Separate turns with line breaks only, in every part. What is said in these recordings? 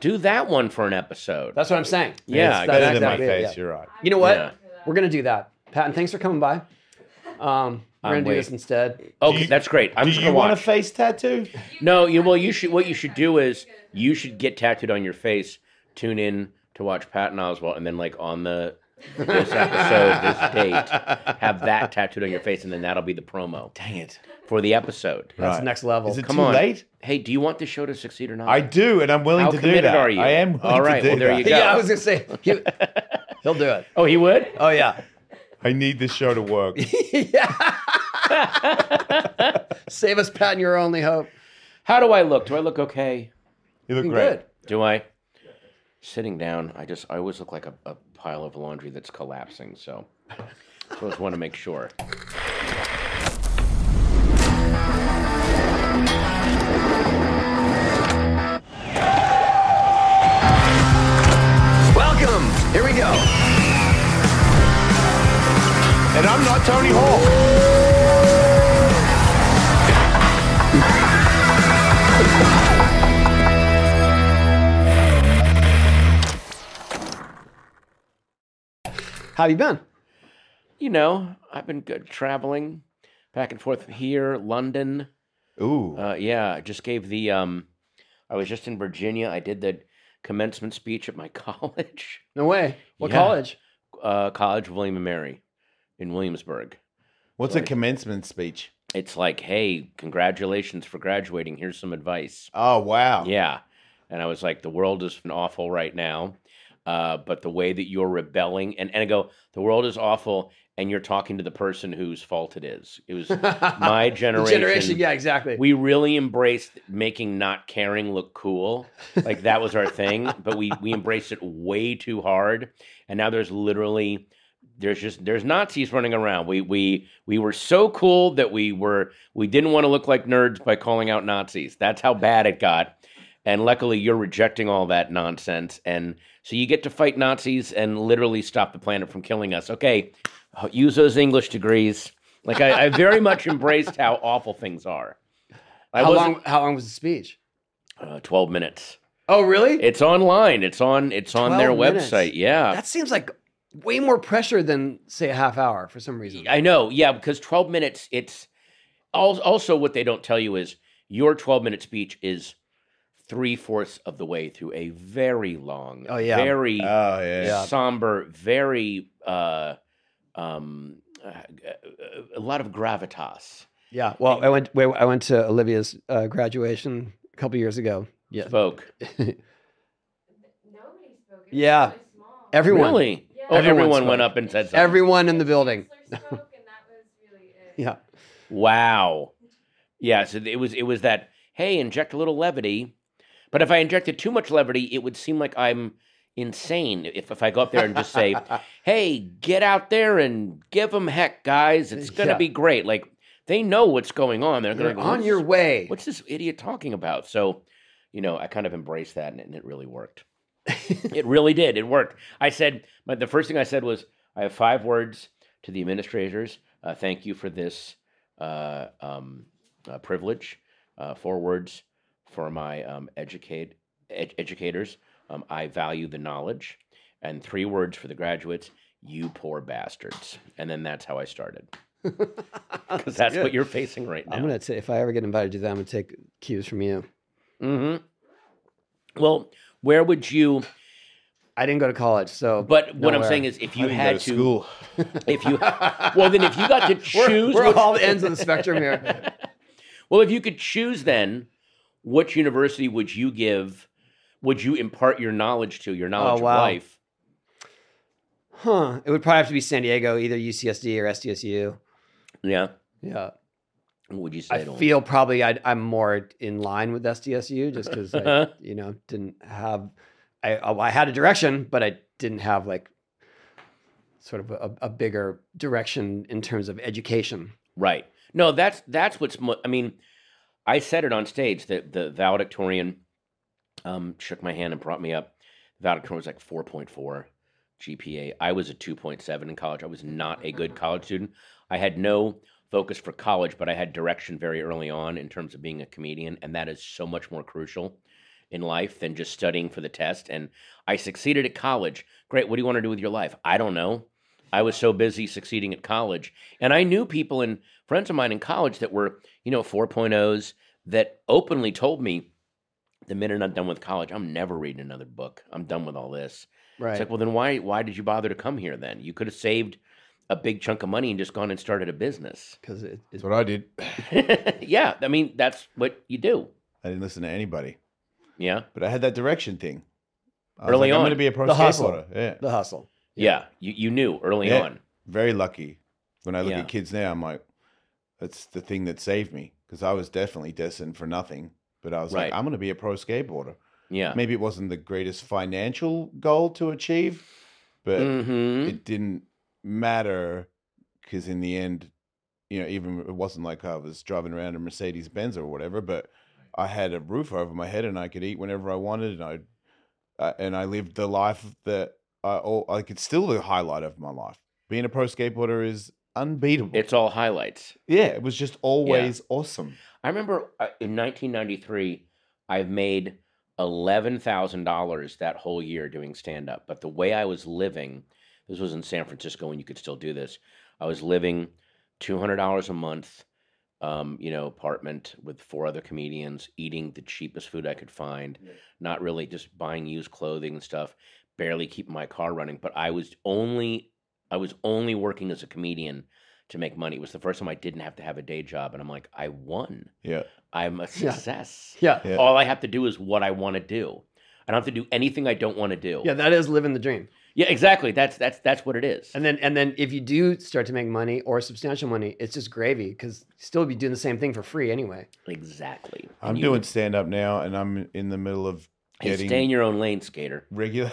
Do that one for an episode.
That's what I'm saying.
yeah,
That's-
I
that's
got
Better than my
exactly it,
face.
yeah.
You're right.
You know what?
Yeah.
We're gonna do that. Patton, thanks for coming by. Um, we're
I'm
gonna do this
waiting.
instead.
Okay,
you-
Oh, that's great. I'm
Do
just
you
gonna
want a
watch.
face tattoo?
no, you well, you should. What you should do is you should get tattooed on your face. Tune in to watch Patton Oswalt, and then like on the this episode, this date, have that tattooed on your face, and then that'll be the promo
Dang it.
for the episode.
That's
Right.
next level.
Is it
Come
too
on.
late?
Hey, do you want this show to succeed or not?
I do, and I'm willing
How
to do
committed
that.
are you?
I am willing
All right,
to do
well, there
that.
you go.
yeah, I was gonna say he, will do it.
oh, he would.
Oh yeah,
I need this show to work.
yeah. Save us, Patton. Your only hope.
How do I look? Do I look okay?
You look
Good.
great.
Do I? Sitting down, I just I always look like a, a pile of laundry that's collapsing. So, so I just want to make sure.
Welcome. Here we go.
And I'm not Tony Hawk.
How you been?
You know, I've been good traveling back and forth here, London.
Ooh.
Uh, yeah, I just gave the. Um, I was just in Virginia. I did the commencement speech at my college,
No way. What
Yeah.
college?
uh, College of William and Mary, in Williamsburg.
What's a commencement speech?
It's like, hey, congratulations for graduating. Here's some advice.
Oh wow.
Yeah. And I was like, the world is awful right now. Uh, but the way that you're rebelling, and, and I go, the world is awful, and you're talking to the person whose fault it is. It was my
The
generation.
generation. Yeah, exactly.
We really embraced making not caring look cool. Like that was our thing, but we we embraced it way too hard. And now there's literally there's just there's Nazis running around. We we we were so cool that we were we didn't want to look like nerds by calling out Nazis. That's how bad it got. And luckily you're rejecting all that nonsense and so you get to fight Nazis and literally stop the planet from killing us. Okay, use those English degrees. Like I, I very much embraced how awful things are. I
how
wasn't-
long? How long was the speech?
Uh, Twelve minutes.
Oh, really?
It's online. It's on. It's on their
12 minutes.
website. Yeah,
that seems like way more pressure than say a half hour for some reason.
I know. Yeah, because twelve minutes. It's al- also what they don't tell you is your twelve minute speech is three fourths of the way through a very long,
Oh, yeah.
very
Oh yeah.
Yeah.
somber, very uh, um, uh, a lot of gravitas.
Yeah. Well, I went. wait, I went to Olivia's uh, graduation a couple years ago. Yeah.
Spoke.
Nobody spoke. It
Yeah.
Was really small.
Everyone.
Really?
Yeah.
Oh,
Everyone
everyone
spoke.
went up and said something.
Everyone in the building.
Chancellor spoke, and that was really it.
Yeah.
Wow. Yeah, so it was it was that hey, inject a little levity. But if I injected too much levity, it would seem like I'm insane if, if I go up there and just say, "Hey, get out there and give them heck, guys. It's going to
Yeah.
be great." Like they know what's going on. They're going
You're
to
on your way.
What's this idiot talking about? So, you know, I kind of embraced that and it, and it really worked. it really did. It worked. I said, but the first thing I said was, I have five words to the administrators. Uh, thank you for this uh, um, uh, privilege. Uh, four words for my um, educate ed- educators. Um, I value the knowledge, and three words for the graduates. You poor bastards. And then that's how I started. Because that's what you're facing right now.
I'm gonna. T- if I ever get invited to that, I'm gonna take cues from you.
hmm Mm-hmm. Well, where would you?
I didn't go to college, so.
But what I'm
Nowhere.
saying is, if
I
you
didn't
had
go
to,
to school.
if you, well, then if you got to
We're-
choose,
We're,
which-
all the ends of the spectrum here.
well, if you could choose, then what university would you give? Would you impart your knowledge to your knowledge
Oh, wow.
of life?
Huh? It would probably have to be San Diego, either UCSD or SDSU.
Yeah.
Yeah.
What would you say?
I
to 'em?
feel probably I'd, I'm more in line with SDSU just because I,
Uh-huh.
you know, didn't have, I, oh, I had a direction, but I didn't have like sort of a, a bigger direction in terms of education.
Right. No, that's that's what's. Mo- I mean, I said it on stage that the valedictorian um, shook my hand and brought me up. Valedictorian was like four point four GPA. I was a two point seven in college. I was not a good college student. I had no focus for college, but I had direction very early on in terms of being a comedian, and that is so much more crucial in life than just studying for the test. And I succeeded at college. Great. What do you want to do with your life? I don't know. I was so busy succeeding at college. And I knew people and friends of mine in college that were, you know, 4.0s that openly told me the minute I'm done with college, I'm never reading another book. I'm done with all this.
Right.
It's like, well, then why why did you bother to come here then? You could have saved a big chunk of money and just gone and started a business.
Because it, it,
That's what I did.
yeah, I mean that's what you do.
I didn't listen to anybody,
Yeah,
but I had that direction thing. I was
Early
like, I'm
on.
going to be a pro
The hustle.
skateboarder. Yeah.
the hustle.
yeah. You you knew early
Yeah.
on.
Very lucky. When I look
Yeah.
at kids now, I'm like, that's the thing that saved me because I was definitely destined for nothing. But I was
Right.
like, I'm going to be a pro skateboarder.
Yeah.
Maybe it wasn't the greatest financial goal to achieve, but
hmm
it didn't matter because in the end, you know, even it wasn't like I was driving around a Mercedes Benz or whatever, but I had a roof over my head and I could eat whenever I wanted, and I uh, and I lived the life that I all like. It's still the highlight of my life. Being a pro skateboarder is unbeatable.
It's all highlights.
yeah, it was just always awesome.
I remember uh, in 1993, I've made eleven thousand dollars that whole year doing stand up. But the way I was living, this was in San Francisco, and you could still do this. I was living two hundred dollars a month, um, you know, apartment with four other comedians, eating the cheapest food I could find, not really just buying used clothing and stuff, barely keeping my car running. But I was only, I was only working as a comedian. To make money, it was the first time I didn't have to have a day job, and I'm like, I won.
Yeah,
I'm a success.
Yeah.
Yeah.
All I have to do is what I want to do. I don't have to do anything I don't want to do.
Yeah, that is living the dream.
Yeah, exactly. That's that's that's what it is.
And then and then if you do start to make money or substantial money, it's just gravy because still be doing the same thing for free anyway.
exactly. And
I'm
you-
doing stand up now, and I'm in the middle of
hey,
getting
stay in your own lane, skater.
regular.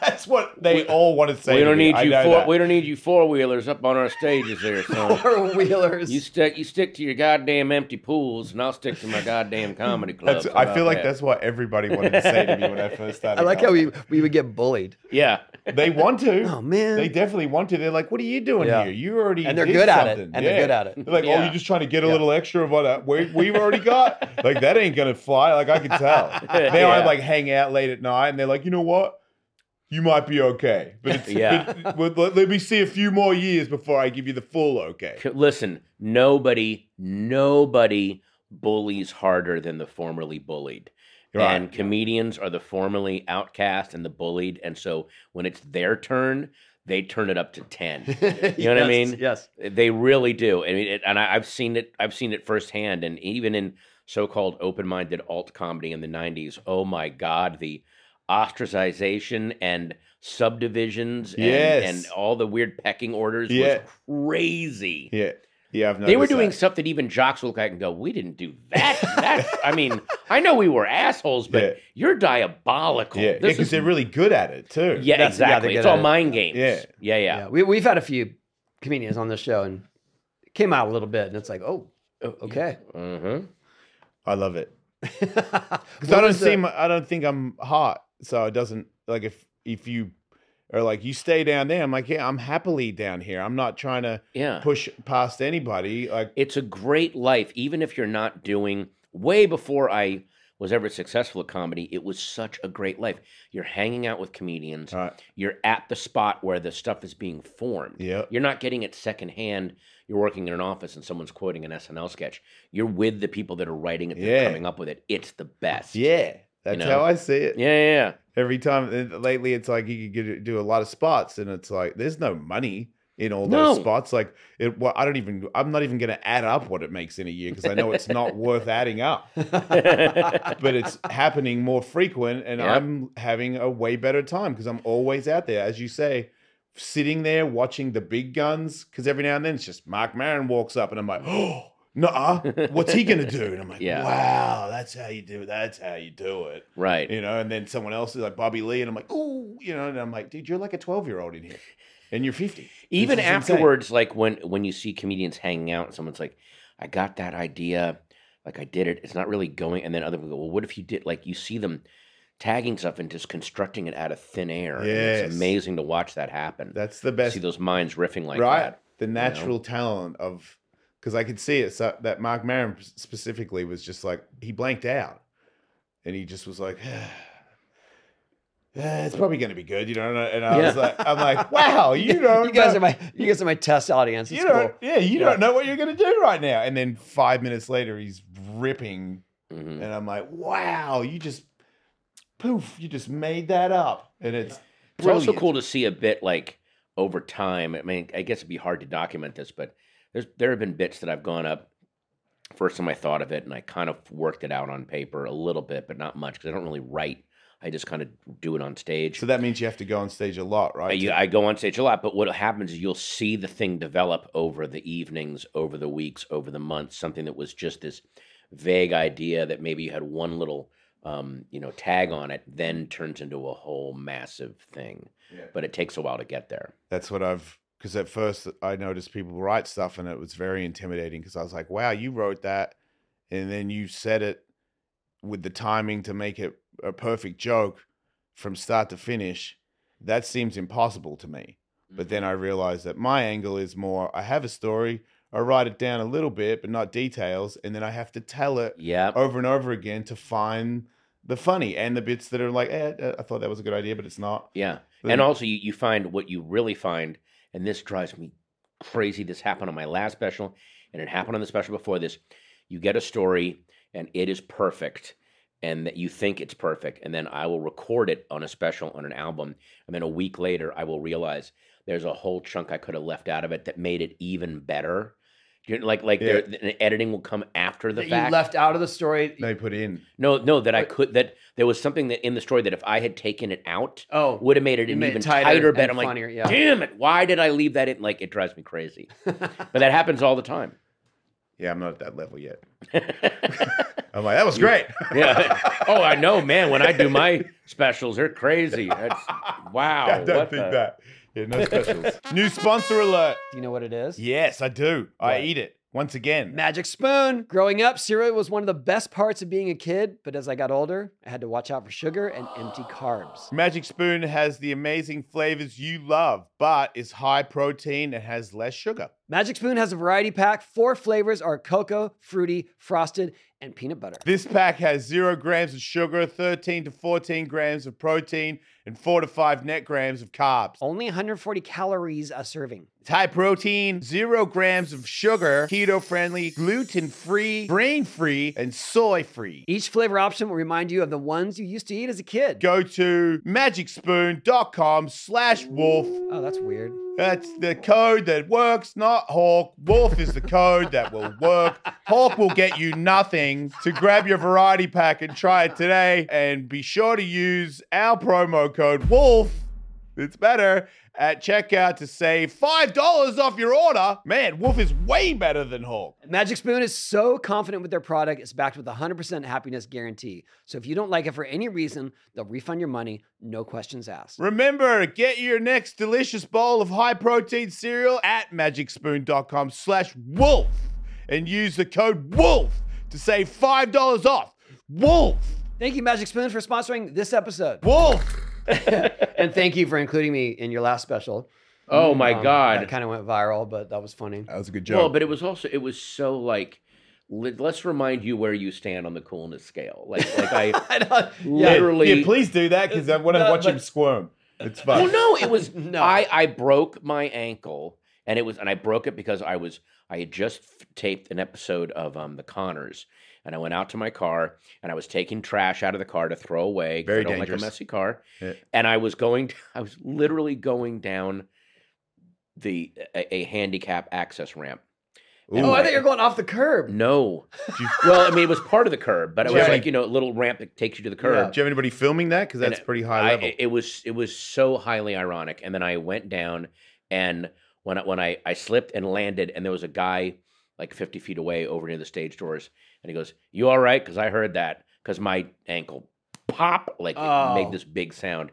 That's what they
We-
all want to say.
we
to
don't
me.
need
I
you
know
four.
that.
We don't need you four wheelers up on our stages there, son.
Four
you
wheelers.
stick. You stick to your goddamn empty pools, and I'll stick to my goddamn comedy club.
That's, I feel like that's what everybody wanted to say to me when I first started.
I like how we
comedy.
we would get bullied.
yeah.
they want to.
Oh man.
They definitely want to. They're like, "What are you doing
Yeah.
here? You already
and they're
did
good at it.
something."
And they're good
Yeah.
at it.
They're like, oh,
Yeah.
you're just trying to get a
Yeah.
little extra of what I, we, we've already got. like that ain't gonna fly. Like I can tell. Now I
Yeah.
like hang out late at night, and they're like, you know what? You might be okay, but it's,
Yeah.
but- but let, let me see a few more years before I give you the full okay.
C- Listen, nobody, nobody bullies harder than the formerly bullied.
Right.
And comedians are the formerly outcast and the bullied. And so when it's their turn, they turn it up to 10. You know what I
Yes,
mean?
Yes.
they really do. I mean, it, and I, I've seen it, I've seen it firsthand. And even in so called open minded alt comedy in the 90s, oh my God, the ostracization and subdivisions and,
Yes.
and all the weird pecking orders
Yeah.
was crazy
Yeah, yeah, I've
they were
noticed
doing
that.
stuff that even jocks will look at and go, "We didn't do that." That's, I mean, I know we were assholes, but
Yeah.
you're diabolical.
Yeah,
This
because
is-
they're really good at it too.
yeah,
That's- yeah,
exactly.
they
it's
get
all
it.
mind games.
Yeah.
yeah,
Yeah.
yeah.
We we've had a few comedians on this show and it came out a little bit and it's like, oh, okay.
Mhm.
I love it because
What
I don't
was the-
seem, I don't think I'm hot, so it doesn't like if if you are like you stay down there. I'm like, yeah, I'm happily down here. I'm not trying to
yeah.
push past anybody. Like,
It's a great life, even if you're not doing. Way before I was ever successful at comedy, it was such a great life. You're hanging out with comedians.
all right,
You're at the spot where the stuff is being formed.
yeah,
You're not getting it secondhand. You're working in an office and someone's quoting an SNL sketch. You're with the people that are writing it, that are
Yeah.
coming up with it. It's the best.
yeah. That's
know?
how I see it.
Yeah, yeah, yeah.
Every time and lately, it's like you could get, do a lot of spots, and it's like there's no money in all those
No.
spots. Like, it. Well, I don't even. I'm not even going to add up what it makes in a year because I know it's not worth adding up. but it's happening more frequent and
Yeah.
I'm having a way better time because I'm always out there, as you say, sitting there watching the big guns. Because every now and then it's just Mark Maron walks up and I'm like, oh, nah, what's he gonna do? And I'm like,
Yeah.
wow, that's how you do it. That's how you do it.
right.
You know, and then someone else is like Bobby Lee, and I'm like, oh, you know, and I'm like, dude, you're like a 12 year old in here and you're 50.
Even
This is insane.
afterwards, like when when you see comedians hanging out and someone's like, I got that idea, like I did it. It's not really going and then other people go, Well, what if you did like you see them tagging stuff and just constructing it out of thin air. and
Yes.
It's amazing to watch that happen.
That's the
see
best,
those minds riffing like
right?
that.
The natural talent of because I could see it. So that Mark Maron specifically was just like he blanked out, and he just was like, "Eh, "It's probably going to be good," you know. And I, and I was
Yeah.
like, "I'm like, wow, you don't,
you guys
know,
are my you guys are my test audience.
you
It's
don't,
cool.
yeah, you
Yeah.
don't know what you're going to do right now." And then five minutes later, he's ripping,
Mhm.
and I'm like, "Wow, you just poof, you just made that up," and it's
It's also
brilliant.
cool to see a bit like over time. I mean, I guess it'd be hard to document this, but there's there have been bits that I've gone up. First time I thought of it, and I kind of worked it out on paper a little bit, but not much because I don't really write. I just kind of do it on stage.
So that means you have to go on stage a lot,
I,
right?
you- I go on stage a lot, but what happens is you'll see the thing develop over the evenings, over the weeks, over the months. Something that was just this vague idea that maybe you had one little, um, you know, tag on it, then turns into a whole massive thing.
Yeah.
But it takes a while to get there.
That's what I've because at first I noticed people write stuff and it was very intimidating because I was like, wow, you wrote that, and then you said it with the timing to make it a perfect joke from start to finish. That seems impossible to me.
Mm-hmm.
But
Mm.
then I realized that my angle is more I have a story, I write it down a little bit, but not details, and then I have to tell it
Yeah.
over and over again to find the funny and the bits that are like, eh, eh, I thought that was a good idea, but it's not.
Yeah.
Then-
and also, you, you find what you really find, and this drives me crazy. This happened on my last special, and it happened on the special before this. You get a story, and it is perfect, and that you think it's perfect, and then I will record it on a special on an album, and then a week later, I will realize there's a whole chunk I could have left out of it that made it even better. You know, Like, like
Yeah.
there the editing will come after the
That
fact.
you left out of the story.
They put in.
no, no, that I
But-
could that there was something that in the story that if I had taken it out
Oh,
would have made it
you
an
made it
even
tighter
tighter,
and
bed. I'm like,
funnier, yeah.
damn it, why did I leave that in? Like, it drives me crazy. But that happens all the time.
Yeah, I'm not at that level yet. I'm like, that was great.
Yeah. oh, I know, man. When I do my specials, they're crazy. That's wow.
I don't
what
think
the-
that. Yeah, no specials. New sponsor alert.
do you know what it is?
Yes, I do. I
What?
eat it once again.
Magic spoon. Growing up, cereal was one of the best parts of being a kid, but as I got older, I had to watch out for sugar and empty carbs.
Magic Spoon has the amazing flavors you love, but is high protein and has less sugar.
Magic Spoon has a variety pack. Four flavors are cocoa, fruity, frosted, and peanut butter.
This pack has zero grams of sugar, 13 to 14 grams of protein, and four to five net grams of carbs.
Only 140 calories a serving.
It's high protein, zero grams of sugar, keto friendly, gluten free, grain free, and soy free.
Each flavor option will remind you of the ones you used to eat as a kid.
Go to magicspoon.com slash wolf.
Oh, that's weird.
That's the code that works, not Hawk. Wolf is the code that will work. Hawk will get you nothing. So grab your variety pack and try it today. And be sure to use our promo code WOLF. It's better at checkout to save $5 off your order. Man, Wolf is way better than Hawk.
Magic Spoon is so confident with their product, it's backed with a 100% happiness guarantee. So if you don't like it for any reason, they'll refund your money, no questions asked.
Remember, get your next delicious bowl of high protein cereal at magicspoon.com slash wolf and use the code WOLF to save $5 off. Wolf!
Thank you, Magic Spoon, for sponsoring this episode.
Wolf!
and thank you for including me in your last special.
Oh my
Um,
god.
That kind of went viral, but that was funny.
That was a good
Well, but it was also it was so like. let- Let's remind you where you stand on the coolness scale. Like, like I
I don't- yeah.
literally.
yeah, please do that because I want to
No,
watch him
but- Oh,
squirm. It's
Well,
fun.
no, it was
No.
no. I I broke my ankle, and it was, and I broke it because I was I had just f- taped an episode of um the Connors, and I went out to my car, and I was taking trash out of the car to throw away. 'cause
Very
I don't
dangerous.
like a messy car,
Yeah.
and I was going, I was literally going down the a, a handicap access ramp.
Oh, I
Ooh.
thought you were going off the curb.
No,
you-
well, I mean, it was part of the curb, but it was
Yeah.
like you know a little ramp that takes you to the curb.
Do you have anybody filming that? Because that's
And
pretty
I-
high level.
it was it was so highly ironic. And then I went down, and when I, when I I slipped and landed, and there was a guy like fifty feet away over near the stage doors, and he goes, "You all right?" Because I heard that because my ankle pop like it
Oh.
made this big sound,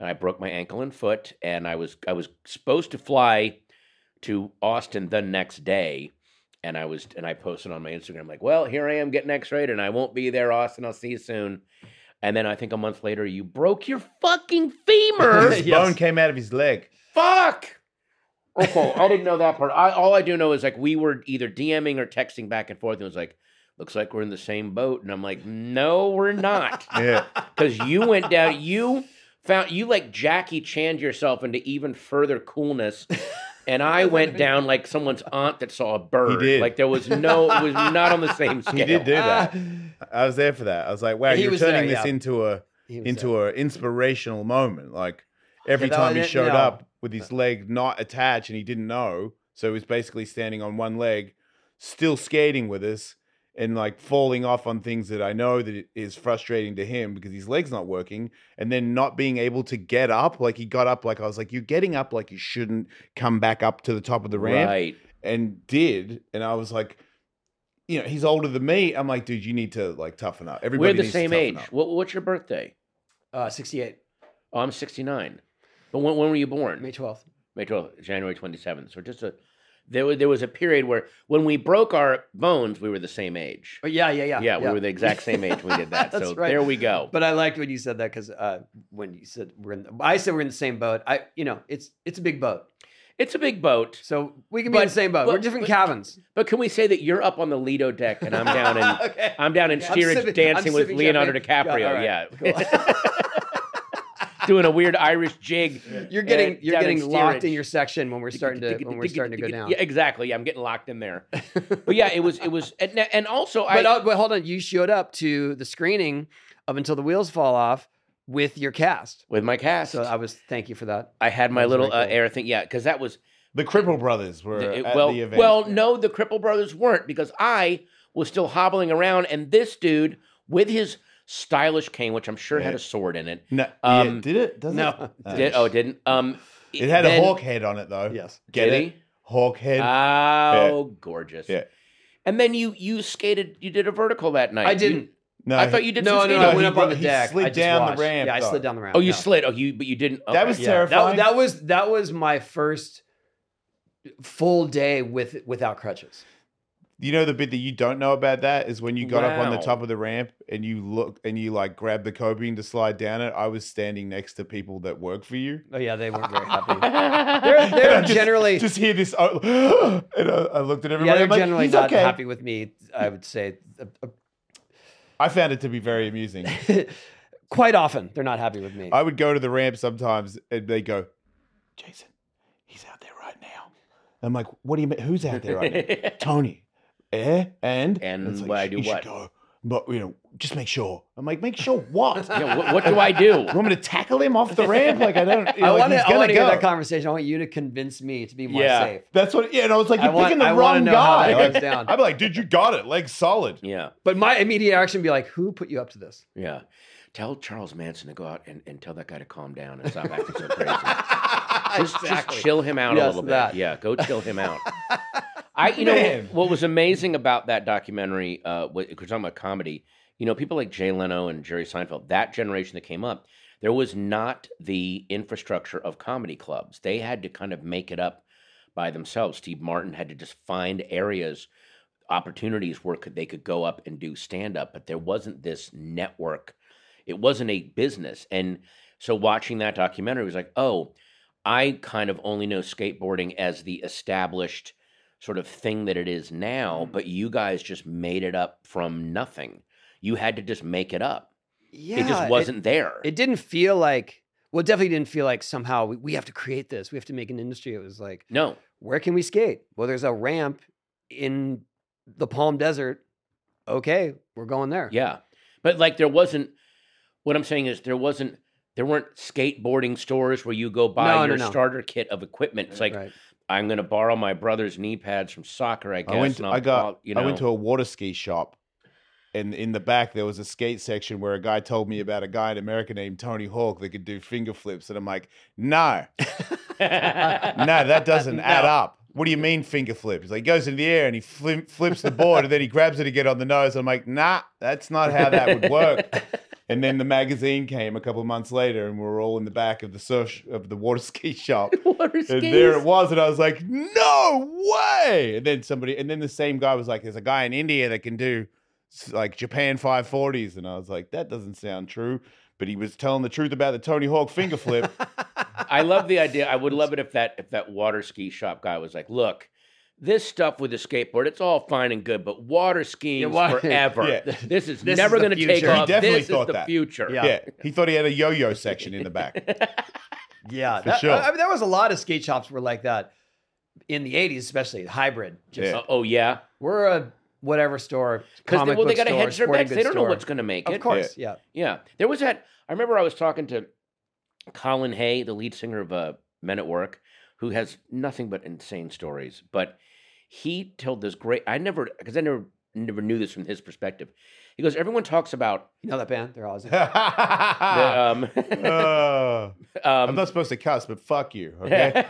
and I broke my ankle and foot, and I was I was supposed to fly to Austin the next day. And I was, and I posted on my Instagram like, "Well, here I am getting X-rayed, and I won't be there, Austin. I'll see you soon." And then I think a month later, you broke your fucking femur.
His
Yes.
bone came out of his leg.
Fuck. Okay, I didn't know that part. I, all I do know is like we were either DMing or texting back and forth, and it was like, "Looks like we're in the same boat," and I'm like, "No, we're not,"
Yeah.
because you went down, you found you like Jackie Chan yourself into even further coolness, and I went down like someone's aunt that saw a bird.
did.
Like there was no, it was not on the same scale.
He did do that. I was there for that. I was like, wow,
He
you're
was there,
turning this
yeah.
into a
He was
into an inspirational moment. Like every
that
time
was
he
it,
showed
no.
up with his leg not attached and he didn't know. So he was basically standing on one leg, still skating with us and like falling off on things that I know that it is frustrating to him because his leg's not working and then not being able to get up. Like he got up like I was like, You're getting up like you shouldn't come back up to the top of the ramp
Right.
and did. And I was like, you know, he's older than me. I'm like, dude, you need to like toughen up. Everybody
we're the
needs
same
to
age.
toughen up.
What, what's your birthday?
uh, 68,
Oh, I'm 69. But when, when were you born?
May 12th.
May 12th, January 27th. So just a there was there was a period where when we broke our bones, we were the same age.
But Oh, yeah, yeah, yeah.
Yeah, we were the exact same age when we did that.
That's
so
right.
there we go.
But I liked when you said that because uh, when you said we're in, the, I said we're in the same boat. I, you know, it's it's a big boat,
it's a big boat,
so we can be
But-
in the same boat. we're
but-
different
but-
cabins.
but can we say that you're up on the Lido deck and I'm down in
okay.
I'm down in
Yeah. I'm
steerage
sipping-
dancing
I'm
with
sipping
Leonardo
champagne.
DiCaprio.
Yeah,
Yeah,
Cool.
doing a weird Irish jig.
you're getting
uh,
you're
down in
getting locked in
steerage.
your section when we're starting to when we're starting to go down.
Yeah, exactly. Yeah, I'm getting locked in there. But yeah, it was it was and, and also I
But, uh, but hold on, you showed up to the screening of Until the Wheels Fall Off with your cast.
with my cast.
So uh, I was thank you for that.
I had my
That was
little
very
uh,
cool.
air thing. Yeah, because that was
The Cripple Brothers were
Th-
at
well,
the event.
well, no, the Cripple Brothers weren't because I was still hobbling around, and this dude with his stylish cane, which I'm sure had
Yeah.
a sword in it.
no,
um,
yeah, did it? Does
no.
it? Uh,
Did, oh, it didn't. Um,
it had
then-
a hawk head on it though.
Yes.
get
Did
it? Hawk head.
Oh, gorgeous.
Yeah.
And then you you skated. You did a vertical that night.
I
You-
didn't.
no,
I thought
he-
you did.
no,
some
no,
skating.
I went
he
up
bro-
on the
he
deck.
slid
I just
down the
watched.
ramp,
Yeah, I
though.
slid down the ramp.
Oh, you
no.
slid. Oh, you but you didn't.
That
okay.
was
Yeah,
terrifying.
That, that was that was my first full day with without crutches.
You know the bit that you don't know about that is when you got up on the
Wow.
top of the ramp and you look and you like grab the coping to slide down it. I was standing next to people that work for you.
Oh yeah, they weren't very happy.
yeah.
They're,
And I
they're
just-
generally
just hear this, oh, and I, I looked at everybody.
yeah, they're
I'm like,
generally
"He's
not
okay."
happy with me. I would say uh,
I found it to be very amusing.
uh, quite often they're not happy with me.
I would go to the ramp sometimes and they go, Jason, he's out there right now. I'm like, what do you mean? Who's out there right now? Tony. Eh? And?
And
it's like,
why
"You
do
should
what?"
Go. But, you know, just make sure. I'm like, make sure what? you
wh- what, do I do?
want me to tackle him off the ramp? Like, I don't. You know,
I want
like,
to
he's gonna
hear
go.
that conversation. I want you to convince me to be more
Yeah.
safe.
That's what, yeah. And I was like,
I
you're
want-
picking the
I wanna
wrong
know how that
guy.
goes
Like,
down.
I'm like, dude, you got it. Leg solid.
Yeah,
But my immediate action would be like, who put you up to this?
yeah. Tell Charles Manson to go out and, and tell that guy to calm down and stop acting so crazy. just, just chill him out
Yes,
a little bit.
that.
Yeah, go chill him out. I, you know,
Man.
what, what was amazing about that documentary, uh, wa- if we're talking about comedy, you know, people like Jay Leno and Jerry Seinfeld, that generation that came up, there was not the infrastructure of comedy clubs. They had to kind of make it up by themselves. Steve Martin had to just find areas, opportunities where could, they could go up and do stand up, but there wasn't this network. It wasn't a business. And so watching that documentary was like, oh, I kind of only know skateboarding as the established sort of thing that it is now,
Mm.
but you guys just made it up from nothing. You had to just make it up.
Yeah,
it just wasn't there.
It, didn't feel like. Well, it definitely didn't feel like somehow we, we have to create this. We have to make an industry. It was like,
no.
where can we skate? Well, there's a ramp in the Palm Desert. Okay, we're going there.
Yeah. But like there wasn't what I'm saying is there wasn't there weren't skateboarding stores where you go buy
No, no,
your
no.
starter kit of equipment. It's like
right.
I'm gonna borrow my brother's knee pads from soccer, I guess.
I went.
and
To,
I'll-
I got.
I'll- you know,
I went to a water ski shop, and in the back there was a skate section where a guy told me about a guy in America named Tony Hawk that could do finger flips, and I'm like, no, no, that doesn't add up. What do you mean finger flip? He's like, he goes into the air and he flim flips the board, and then he grabs it again on the nose. I'm like, nah, that's not how that would work. And then the magazine came a couple of months later, and we were all in the back of the surf of the water ski shop,
water
and
skis.
there it was, and I was like, "No way!" And then somebody, and then the same guy was like, "There's a guy in India that can do s- like Japan 540s," and I was like, "That doesn't sound true." But he was telling the truth about the Tony Hawk finger flip,
I love the idea. I would love it if that if that water ski shop guy was like, "Look, this stuff with the skateboard, it's all fine and good, but water skiing
Yeah, water-
forever.
Yeah.
This is
This
never
is the
going to take
future." He
off.
definitely
This is
thought
the
that.
future." Uh,
Yeah.
yeah, he thought he had a yo-yo section in the back.
Yeah,
For
that,
sure.
I, I mean, there was a lot of skate shops were like that in the '80s, especially hybrid. Just
Yeah.
Uh, oh yeah,
we're a whatever store
because
comic
well, they got
book
to
store,
hedge their
sporting
bets. They
goods
don't know
store.
what's going to make it.
Of course, yeah.
Yeah, there was that. I remember I was talking to Colin Hay, the lead singer of uh, Men at Work, who has nothing but insane stories. But he told this great. I never because I never never knew this from his perspective. He goes, everyone talks about
You know that band? They're awesome.
the, um,
Uh, Ah. I'm
um,
not supposed to cuss, but fuck you. Okay.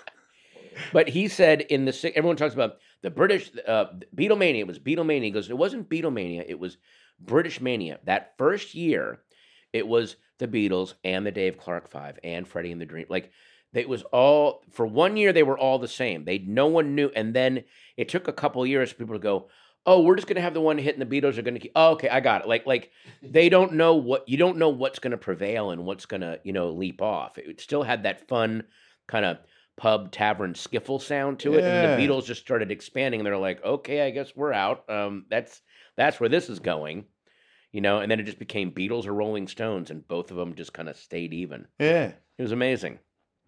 but he said in the si- everyone talks about the British uh, Beatlemania. It was Beatlemania. He goes, it wasn't Beatlemania. It was British Mania. That first year, it was the Beatles and the Dave Clark Five and Freddie and the Dream. Like it was all for one year. They were all the same. They no one knew. And then it took a couple years for people to go. Oh, we're just gonna have the one hit, and the Beatles are gonna keep. Oh, okay, I got it. Like, like they don't know what you don't know what's gonna prevail and what's gonna you know leap off. It still had that fun kind of pub tavern skiffle sound to it and
Yeah.
the beatles just started expanding and they're like okay i guess we're out um, that's that's where this is going you know and then it just became beatles or rolling stones and both of them just kind of stayed even
Yeah.
it was amazing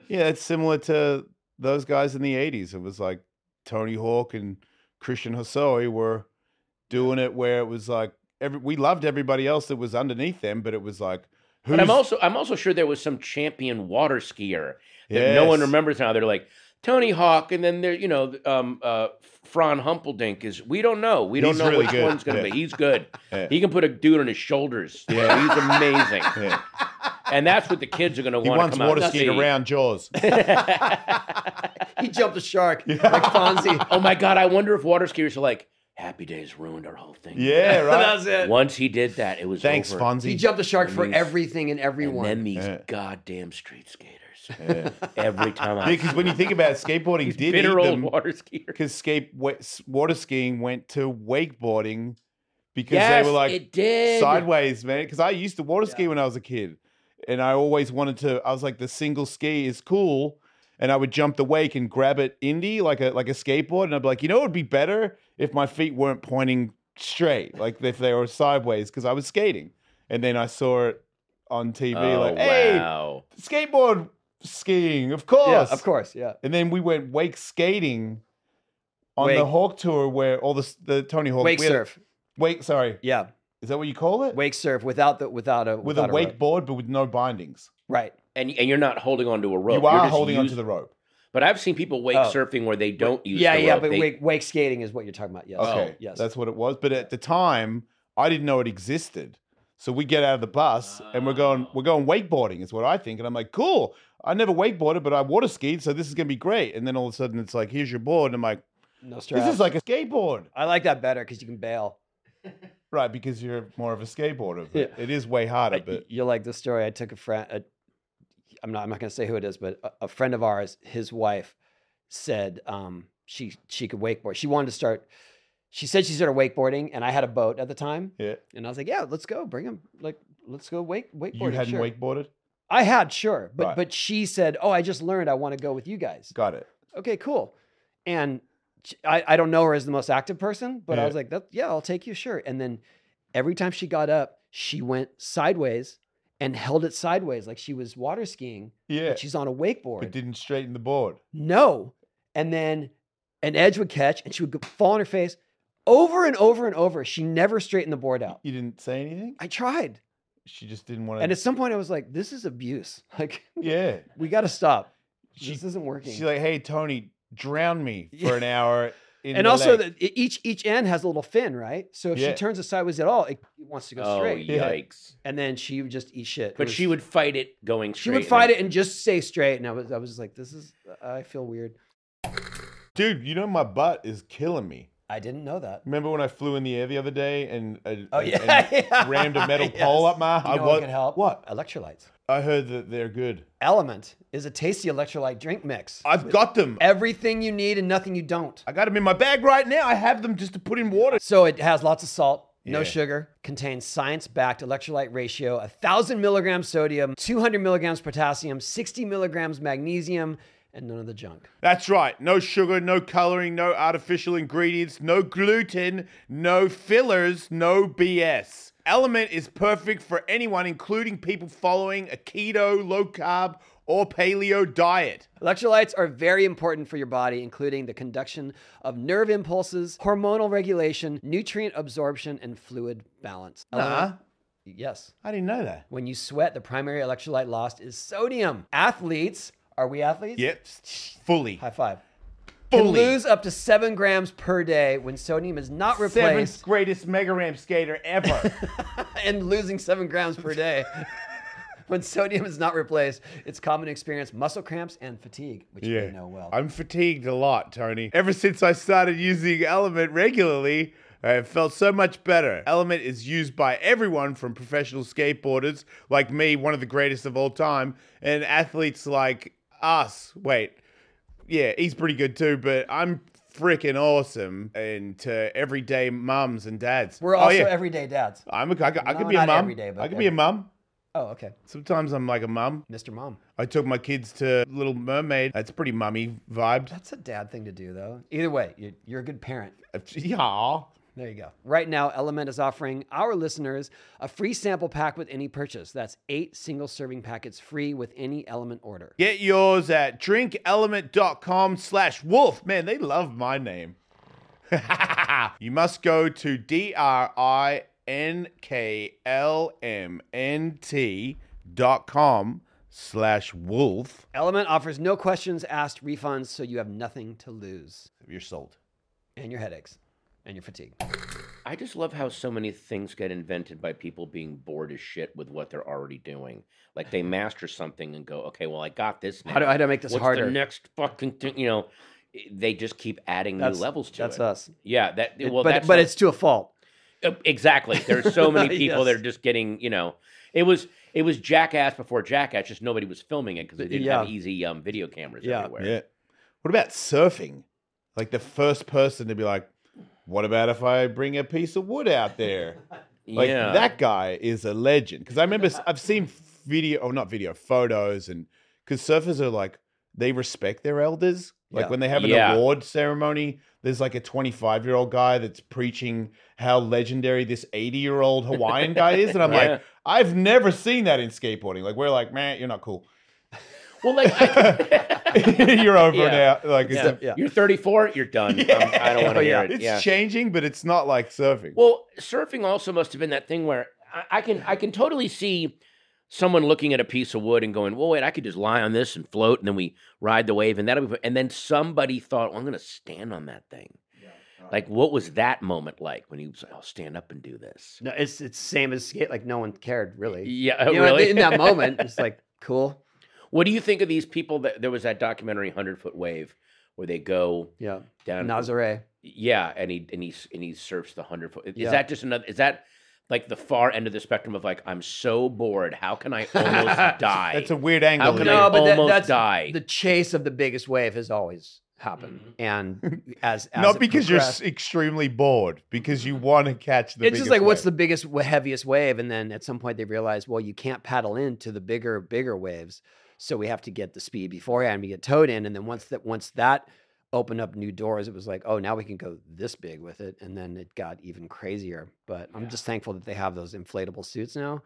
Yeah, it's similar to those guys in the '80s. It was like Tony Hawk and Christian Hosoi were doing it, where it was like every we loved everybody else that was underneath them, but it was like who's
but i'm also i'm also sure there was some champion water skier that no one
Yes.
remembers now they're like tony hawk and then there you know um, uh, fran humpeldink is we don't know we don't
He's
know
really
which
good.
one's gonna
Yeah.
be he's good
Yeah.
he can put a dude on his shoulders
Yeah.
he's amazing
Yeah.
and that's what the kids are going to
He
want to
once
come out
water
and
skied
see.
around Jaws.
he jumped a shark like Fonzie.
oh my god! I wonder if water skiers are like, "Happy Days ruined our whole thing."
Yeah, right.
That's it.
Once he did that, it was
Thanks,
over.
Fonzie.
He jumped a shark for
And these-
everything and
And
everyone.
then these
Yeah.
goddamn street skaters.
Yeah,
Every time I
because when you think about it, skateboarding
these
did eat
bitter old
them
water skiers.
because skate wa- s- water skiing went to wakeboarding because
Yes,
they were like
it did.
sideways, man. Because I used to water ski when I was a kid, and I always wanted to. I was like, the single ski is cool, and I would jump the wake and grab it indie like a like a skateboard, and I'd be like, you know, it would be better if my feet weren't pointing straight, like if they were sideways, because I was skating. And then I saw it on TV,
Oh,
like, hey,
wow.
skateboard skiing, of course,
yeah, of course, yeah.
And then we went wake skating. On the
Wake.
Hawk tour, where all the s- the Tony Hawk
Wake
we had-
surf,
wake sorry,
yeah,
is that what you call it?
wake surf without the without a
with
without
a
rope.
wakeboard, but with no bindings.
right?
And and you're not holding onto a rope.
you
You're
are
just
holding onto
use-
the rope.
But I've seen people wake
Oh.
surfing where they don't use.
yeah,
the
yeah,
rope.
but
They-
wake, wake skating is what you're talking about. Yes.
Okay,
Oh, yes.
that's what it was. But at the time, I didn't know it existed. So we get out of the bus and we're going, we're going wakeboarding is what I think, and I'm like, cool. I never wakeboarded, but I water skied, so this is gonna be great. And then all of a sudden, it's like, here's your board, and I'm like,
no strap.
this is like a skateboard,
I like that better because you can bail.
right? Because you're more of a skateboarder. But
Yeah.
It is way harder,
Y-
but
you like the story. I took a friend. A, I'm not. I'm not going to say who it is, but a, a friend of ours, his wife, said um, she she could wakeboard. She wanted to start. She said she started wakeboarding, and I had a boat at the time,
yeah,
and I was like, "Yeah, let's go. Bring him. Like, let's go wake wakeboarding."
you hadn't
sure.
wakeboarded.
I had sure, but
Right.
but she said, "Oh, I just learned. I want to go with you guys."
Got it.
okay, cool. And sh- I, I don't know her as the most active person, but
Yeah.
I was like, that, yeah, I'll take you, sure. And then every time she got up, she went sideways and held it sideways, like she was water skiing,
Yeah,
but she's on a wakeboard.
but didn't straighten the board.
no. And then an edge would catch and she would go- fall on her face over and over and over. She never straightened the board out.
You didn't say anything.
I tried.
She just didn't want to.
And at some point, I was like, this is abuse. Like,
yeah.
we got to stop.
She
this isn't working.
She's like, "Hey, Tony, drown me
Yeah.
for an hour." In
and
the
also
lake."
the, e- each each end has a little fin, right? So if
Yeah.
she turns it sideways at all, it, it wants to go
oh
straight.
Yeah.
yikes!
And then she would just eat shit. It
But
was-
she would fight it going
she
straight.
would fight it and just stay straight. And I was I was just like, this is uh, I feel weird.
dude, you know my butt is killing me.
I didn't know that.
Remember when I flew in the air the other day and, uh,
Oh
and-
yeah,
and rammed a metal
Yes.
pole up my?
You
I
know
wa-
what could help?
What?
Electrolytes.
I heard that they're good.
Element is a tasty electrolyte drink mix.
I've got them.
Everything you need and nothing you don't.
I got them in my bag right now. I have them just to put in water.
So it has lots of salt, no
Yeah.
sugar, contains science backed electrolyte ratio 1,000 milligrams sodium, 200 milligrams potassium, 60 milligrams magnesium, and none of the junk.
That's right. No sugar, no coloring, no artificial ingredients, no gluten, no fillers, no BS. Element is perfect for anyone, including people following a keto, low carb, or paleo diet.
Electrolytes are very important for your body, including the conduction of nerve impulses, hormonal regulation, nutrient absorption, and fluid balance. Element- Yes.
I didn't know that.
When you sweat, the primary electrolyte lost is sodium. Athletes, are we athletes?
Yep. Fully.
High five. Can
Fully.
lose up to seven grams per day when sodium is not
Seventh
replaced,
greatest mega ramp skater ever.
and losing seven grams per day. When sodium is not replaced, it's common to experience muscle cramps and fatigue, which you
Yeah.
know well.
I'm fatigued a lot, Tony. Ever since I started using Element regularly, I have felt so much better. Element is used by everyone from professional skateboarders like me, one of the greatest of all time, and athletes like us. Wait, yeah, he's pretty good too, but I'm freaking awesome. And to everyday mums and dads.
We're also
oh, yeah.
everyday dads.
I'm a, I, could- I
No,
could be
not
a mum.
every day, but
I could be a
every-
mum.
Oh, okay.
Sometimes I'm like a mum.
Mr. Mom.
I took my kids to Little Mermaid. That's pretty mummy vibed.
That's a dad thing to do, though. Either way, you- you're a good parent.
Yeah.
There you go. Right now, Element is offering our listeners a free sample pack with any purchase. That's eight single serving packets free with any Element order.
Get yours at drinkelement.com slash wolf. Man, they love my name. you must go to D-R-I-N-K-L-M-N-T dot com slash wolf.
Element offers no questions asked refunds, so you have nothing to lose.
You're sold.
And your headaches and your fatigue.
I just love how so many things get invented by people being bored as shit with what they're already doing. Like they master something and go, okay, well, I got this now.
How do, how do I make this
What's
harder?
the next fucking thing? You know, i- they just keep adding
That's-
new levels to
That's
it.
us.
Yeah, that
It-
well,
but
that's
but
not-
it's to a fault.
Uh, Exactly. There's so many people that
Yes.
are just getting, you know, it was it was Jackass before Jackass. Just nobody was filming it because they didn't have
Yeah.
easy um, video cameras
Yeah.
everywhere.
Yeah. What about surfing? Like the first person to be like, what about if I bring a piece of wood out there? Like
Yeah.
that guy is a legend. Because I remember s- I've seen video, or not video, photos, and because surfers are like they respect their elders. Like
Yeah.
when they have an
Yeah.
award ceremony, there's like a 25 year old guy that's preaching how legendary this 80 year old Hawaiian guy is, and I'm
Yeah.
like, I've never seen that in skateboarding. Like we're like, man, you're not cool.
Well, like I,
you're over
Yeah.
now. Like it's,
yeah.
Yeah.
you're 34, you're done. I'm- I don't want to
Oh,
hear
yeah.
it.
it's
yeah.
changing, but it's not like surfing.
Well, surfing also must have been that thing where I, I can I can totally see someone looking at a piece of wood and going, "Well, wait, I could just lie on this and float, and then we ride the wave, and that'll be." fun." And then somebody thought, well, "I'm going to stand on that thing." Like, what was that moment like when he was like, "I'll stand up and do this"?
No, it's it's same as skate. Like no one cared really.
Yeah,
You know,
really.
in that moment, it's like cool.
what do you think of these people? That there was that documentary, Hundred Foot Wave, where they go
Yeah,
down.
Nazare.
Yeah, and he and he s- and he surfs the hundred foot. Is
Yeah.
that just another? Is that like the far end of the spectrum of like I'm so bored? How can I almost die?
That's a weird
How
angle. to
can
make.
I
No, but that-
almost
that's
die?
The chase of the biggest wave has always happened, and as, as
not
it
because you're s-
progressed-
extremely bored, because you want to catch the.
it's just like what's the biggest wa- heaviest wave and then at some point they realize well you can't paddle into the bigger bigger waves so we have to get the speed beforehand we get towed in and then once that once that opened up new doors it was like oh now we can go this big with it and then it got even crazier but i'm just thankful that they have those inflatable suits now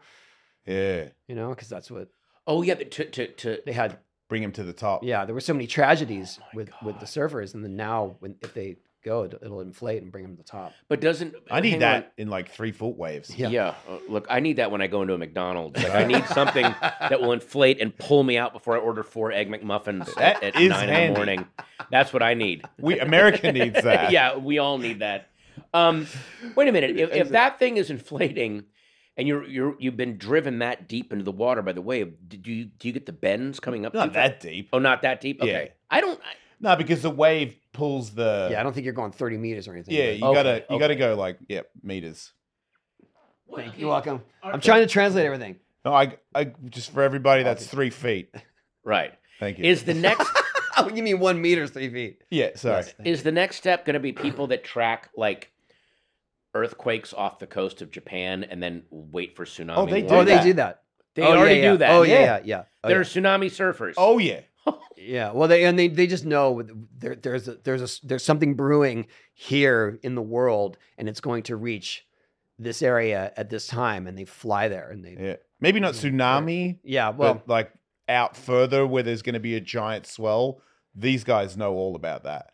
the yeah?
you know because that's what
oh yeah, the, to to to
they had
Bring him to the top.
yeah there were so many tragedies
my
with with the
God.
surfers and then now when if they go it- it'll inflate and bring them to the top
but doesn't
I need
hang
that in like three foot waves.
on. Yeah, uh, look, I need that when I go into a McDonald's. Like I need something that will inflate and pull me out before I order four egg McMuffins
That
at, at
is
nine in
handy.
the morning. That's what I need.
We America needs that.
yeah, we all need that. Um, wait a minute. If, if that thing is inflating, and you're you're you've been driven that deep into the water by the wave, d- do you do you get the bends coming up?
not
too far?
that deep.
Oh, not that deep. Okay,
Yeah.
I don't. I,
No, because the wave pulls the.
yeah i don't think you're going 30 meters or anything
Uh, yeah,
but-
you
Okay,
gotta you gotta
okay.
go like yeah meters.
Thank you. You're welcome. I'm trying to translate everything.
No, I I just for everybody that's three feet.
right.
Thank you.
Is the next
Oh, you mean one meter is three feet?
yeah, sorry.
Yes, thank
is the next step going to be people that track like earthquakes off the coast of Japan and then wait for tsunami.
Oh, they do
Oh,
warnings.
they
that.
do that.
They
Oh, yeah,
already
yeah.
do that.
Oh
yeah.
yeah, yeah, yeah. Oh,
They're
yeah.
tsunami surfers.
Oh yeah.
Yeah, well, they and they they just know with- there, there's a, there's a, there's something brewing here in the world, and it's going to reach this area at this time, and they fly there, and they yeah,
Yeah. Maybe not tsunami,
well,
but like out further where there's going to be a giant swell. These guys know all about that.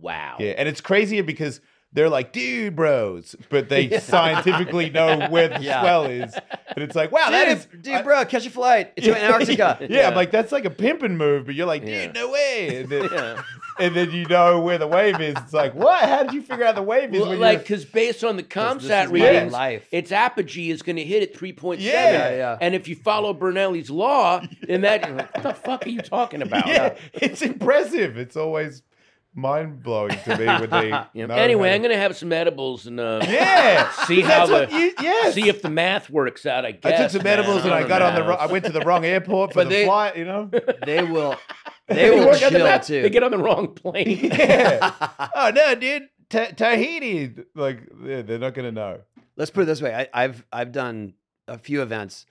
wow.
Yeah, and it's crazier because they're like, dude, bros, but they
Yeah.
scientifically know where the
Yeah.
swell is, and it's like, wow, that
dude,
is,
dude,
I-
bro, catch a flight. It's to Antarctica.
yeah,
Yeah.
I'm like that's like a pimping move, but you're like, dude,
Yeah.
no way, and then,
Yeah.
and then you know where the wave is. It's like, what? How did you figure out the wave is?
Well,
when
like,
you're...
because based on the
This- this
ComSat
is my
readings,
life.
its apogee is going to hit at 3.7.
Yeah.
yeah, yeah.
And if you follow Bernelli's law, then that, what the fuck are you talking about?
yeah, it's impressive. It's always mind blowing to me when they.
You know,
know
anyway,
how
I'm going to have some edibles and uh,
to- Yeah,
see how
that's what
the,
you- yes.
see if the math works out, I
I
guess.
took some
man.
edibles and I
don't
got on the.
know.
Wrong, I went to the wrong airport for
But
the
they-
flight. You know.
they will they
They
will
work out the
chill
math,
too.
They get on the wrong plane.
Yeah. oh no, dude, Ta- Tahiti. Like yeah, they're not gonna know.
Let's put it this way: I, I've I've done a few events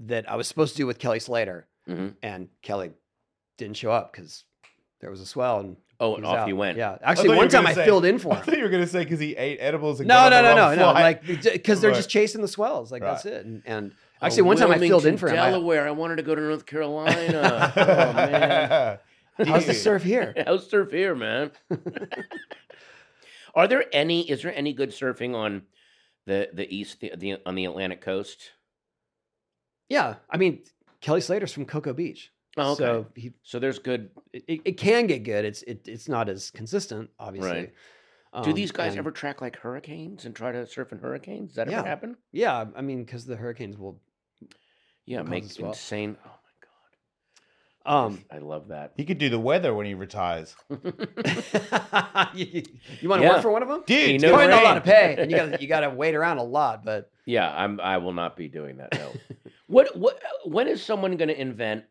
that I was supposed to do with Kelly Slater,
Mhm.
and Kelly didn't show up because there was a swell and
Oh,
he
and
was
off
out.
you went.
Yeah,
I thought
actually,
you
one
were
time
gonna
I
say-
filled in for
I
him.
thought you were gonna say because he ate edibles. And
No,
got
no,
on the
no, no,
wrong
no.
flight.
Like because they're
Right.
just chasing the swells. Like
Right.
that's it. And, and
Oh,
actually, one time I filled in
Wilmington,
for him. I,
Delaware. I wanted to go to North Carolina. oh man.
how's the
Dude.
surf here?
How's surf here, man? Are there any? Is there any good surfing on the the east the, the on the Atlantic coast?
Yeah, I mean Kelly Slater's from Cocoa Beach,
Oh, okay. So,
so he
there's good.
it, it- it can get good. It's it, it's not as consistent, obviously.
Right. Do
Um,
these guys
and-
ever track like hurricanes and try to surf in hurricanes? Does that
Yeah.
ever happen?
Yeah, I mean, because the hurricanes will.
Yeah,
Causes
make
swell.
insane. Oh my god,
Um,
I love that.
He could do the weather when he retires.
you want to
Yeah.
work for one of them?
Dude,
He
it's
knows
Probably
gonna
not a
rain.
lot of pay, and you got you got to wait around a lot. But
Yeah, I'm. I will not be doing that. No. what? What? When is someone going to invent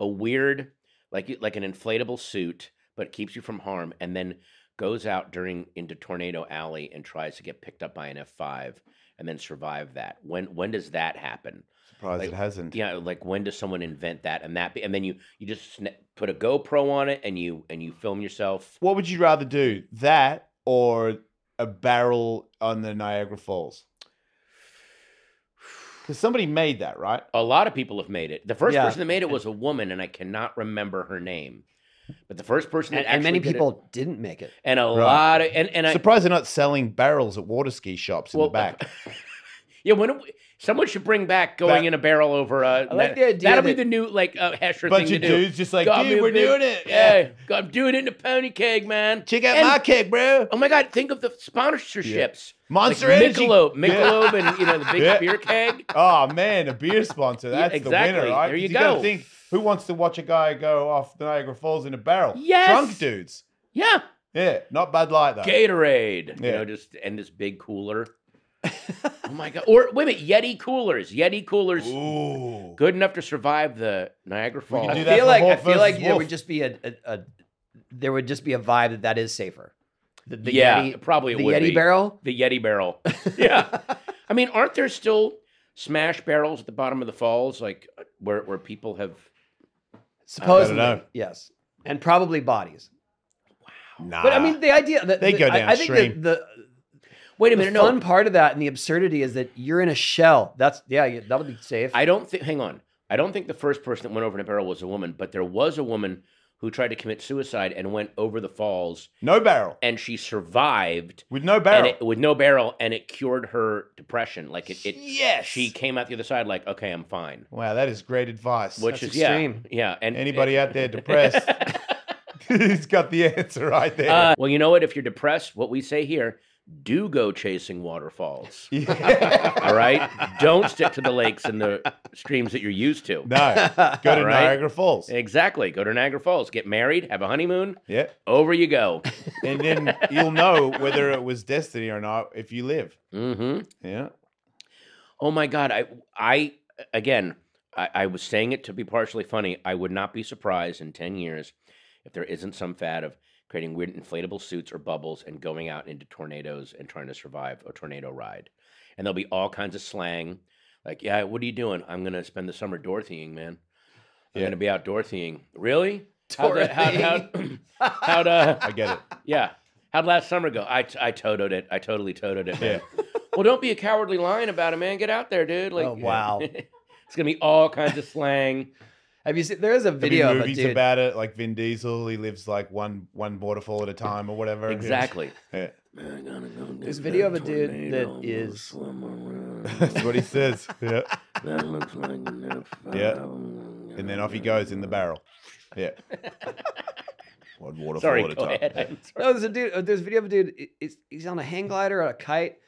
a weird, like you- like an inflatable suit, but keeps you from harm, and then goes out during into tornado alley and tries to get picked up by an F five and then survive that? When? When does that happen?
Surprised
Like,
it hasn't.
Yeah, like when does someone invent that and that? Be, and then you you just sna- put a GoPro on it and you and you film yourself.
What would you rather do, that or a barrel on the Niagara Falls? Because somebody made that, right?
A lot of people have made it. The first
Yeah.
person that made it was a woman, and I cannot remember her name. But the first person that
and, and
actually
many
did it-
people didn't make it.
and a lot of and and I
Surprised they're not selling barrels at water ski shops in
well
the back.
yeah, when it- someone should bring back going
That-
in a barrel over. Uh,
I like
that-
the idea
That'll be
that-
the new like uh, Hesher
bunch
thing
of
to do.
dudes just like,
Got me
dude,
a
we're
big-
doing it. Yeah.
Yeah, God, I'm doing it in a pony keg, man.
Check out
And-
my cake, bro.
Oh my God! Think of the sponsorships. Like
Monster Energy.
Michelob,
Yeah.
Michelob, and you know the big
Yeah.
beer keg.
Oh man, a beer sponsor.
Yeah,
That's the
exactly.
winner, right?
There you
'Cause gotta
go.
think who wants to watch a guy go off the Niagara Falls in a barrel?
Yes.
Drunk dudes.
Yeah,
Yeah, not bad light though.
Gatorade. You
Yeah.
know, just and this big cooler. oh my God! Or wait a minute, Yeti coolers. Yeti coolers,
Ooh.
good enough to survive the Niagara
We
Falls.
can do
I
that
feel
for
like I
Holt
feel like
versus
there
Wolf.
would just be a, a, a there would just be a vibe that that is safer. The, the
yeah,
Yeti,
probably it
the
would
Yeti
be.
barrel.
The Yeti barrel. yeah. I mean, aren't there still smash barrels at the bottom of the falls, like where where people have?
Supposedly,
know.
yes, and probably bodies.
Nah.
But I mean, the idea that
Ah, They
the-
go
I, I think that
downstream.
the,
Wait a
the
minute, no.
fun part of that and the absurdity is that you're in a shell. That's yeah, you- that would be safe.
I don't think. Hang on. I don't think the first person that went over in a barrel was a woman, but there was a woman who tried to commit suicide and went over the falls,
no barrel.
and she survived,
With no barrel.
and it, with no barrel, and it cured her depression. Like it, it
yes.
she came out the other side, like okay, I'm fine.
Wow, that is great advice.
Which
That's
is yeah,
extreme.
yeah. And
Anybody out there depressed? He's got the answer right there.
Uh, well, you know what? If you're depressed, what we say here, do go chasing waterfalls. All right? Don't stick to the lakes and the streams that you're used to.
no. Go to
All right.
Niagara Falls.
Exactly. Go to Niagara Falls, get married, have a honeymoon.
Yeah.
Over you go.
And then you'll know whether it was destiny or not if you live.
hmm
Yeah.
Oh my God. I, I again, I, I was saying it to be partially funny. I would not be surprised in 10 years if there isn't some fad of creating weird inflatable suits or bubbles, and going out into tornadoes and trying to survive a tornado ride. And there'll be all kinds of slang, like, "Yeah, what are you doing? I'm gonna spend the summer Dorothying, man. I'm
Yeah.
gonna be out Dorothying. Really? How'd that- how'd- how'd- how'd, uh,
I get it.
yeah. How'd last summer go? I, t- I totoed it. I totally totoed it, man.
Yeah.
well, don't be a cowardly lion about it, man. Get out there, dude. Like,
oh wow!
it's gonna be all kinds of slang.
Have you seen? There is a
There'll be
video of a
movies
dude.
about it, like Vin Diesel. He lives like one one waterfall at a time or whatever.
Exactly.
Yeah.
There's video of a dude that is.
That's what he says. Yeah.
That looks like
Yeah. And then off he goes in the barrel. Yeah. one waterfall
Sorry,
at a
go
time.
ahead.
Yeah.
I'm sorry.
No, there's a dude. uh, There's a video of a dude. i- It's, he's on a hang glider or a kite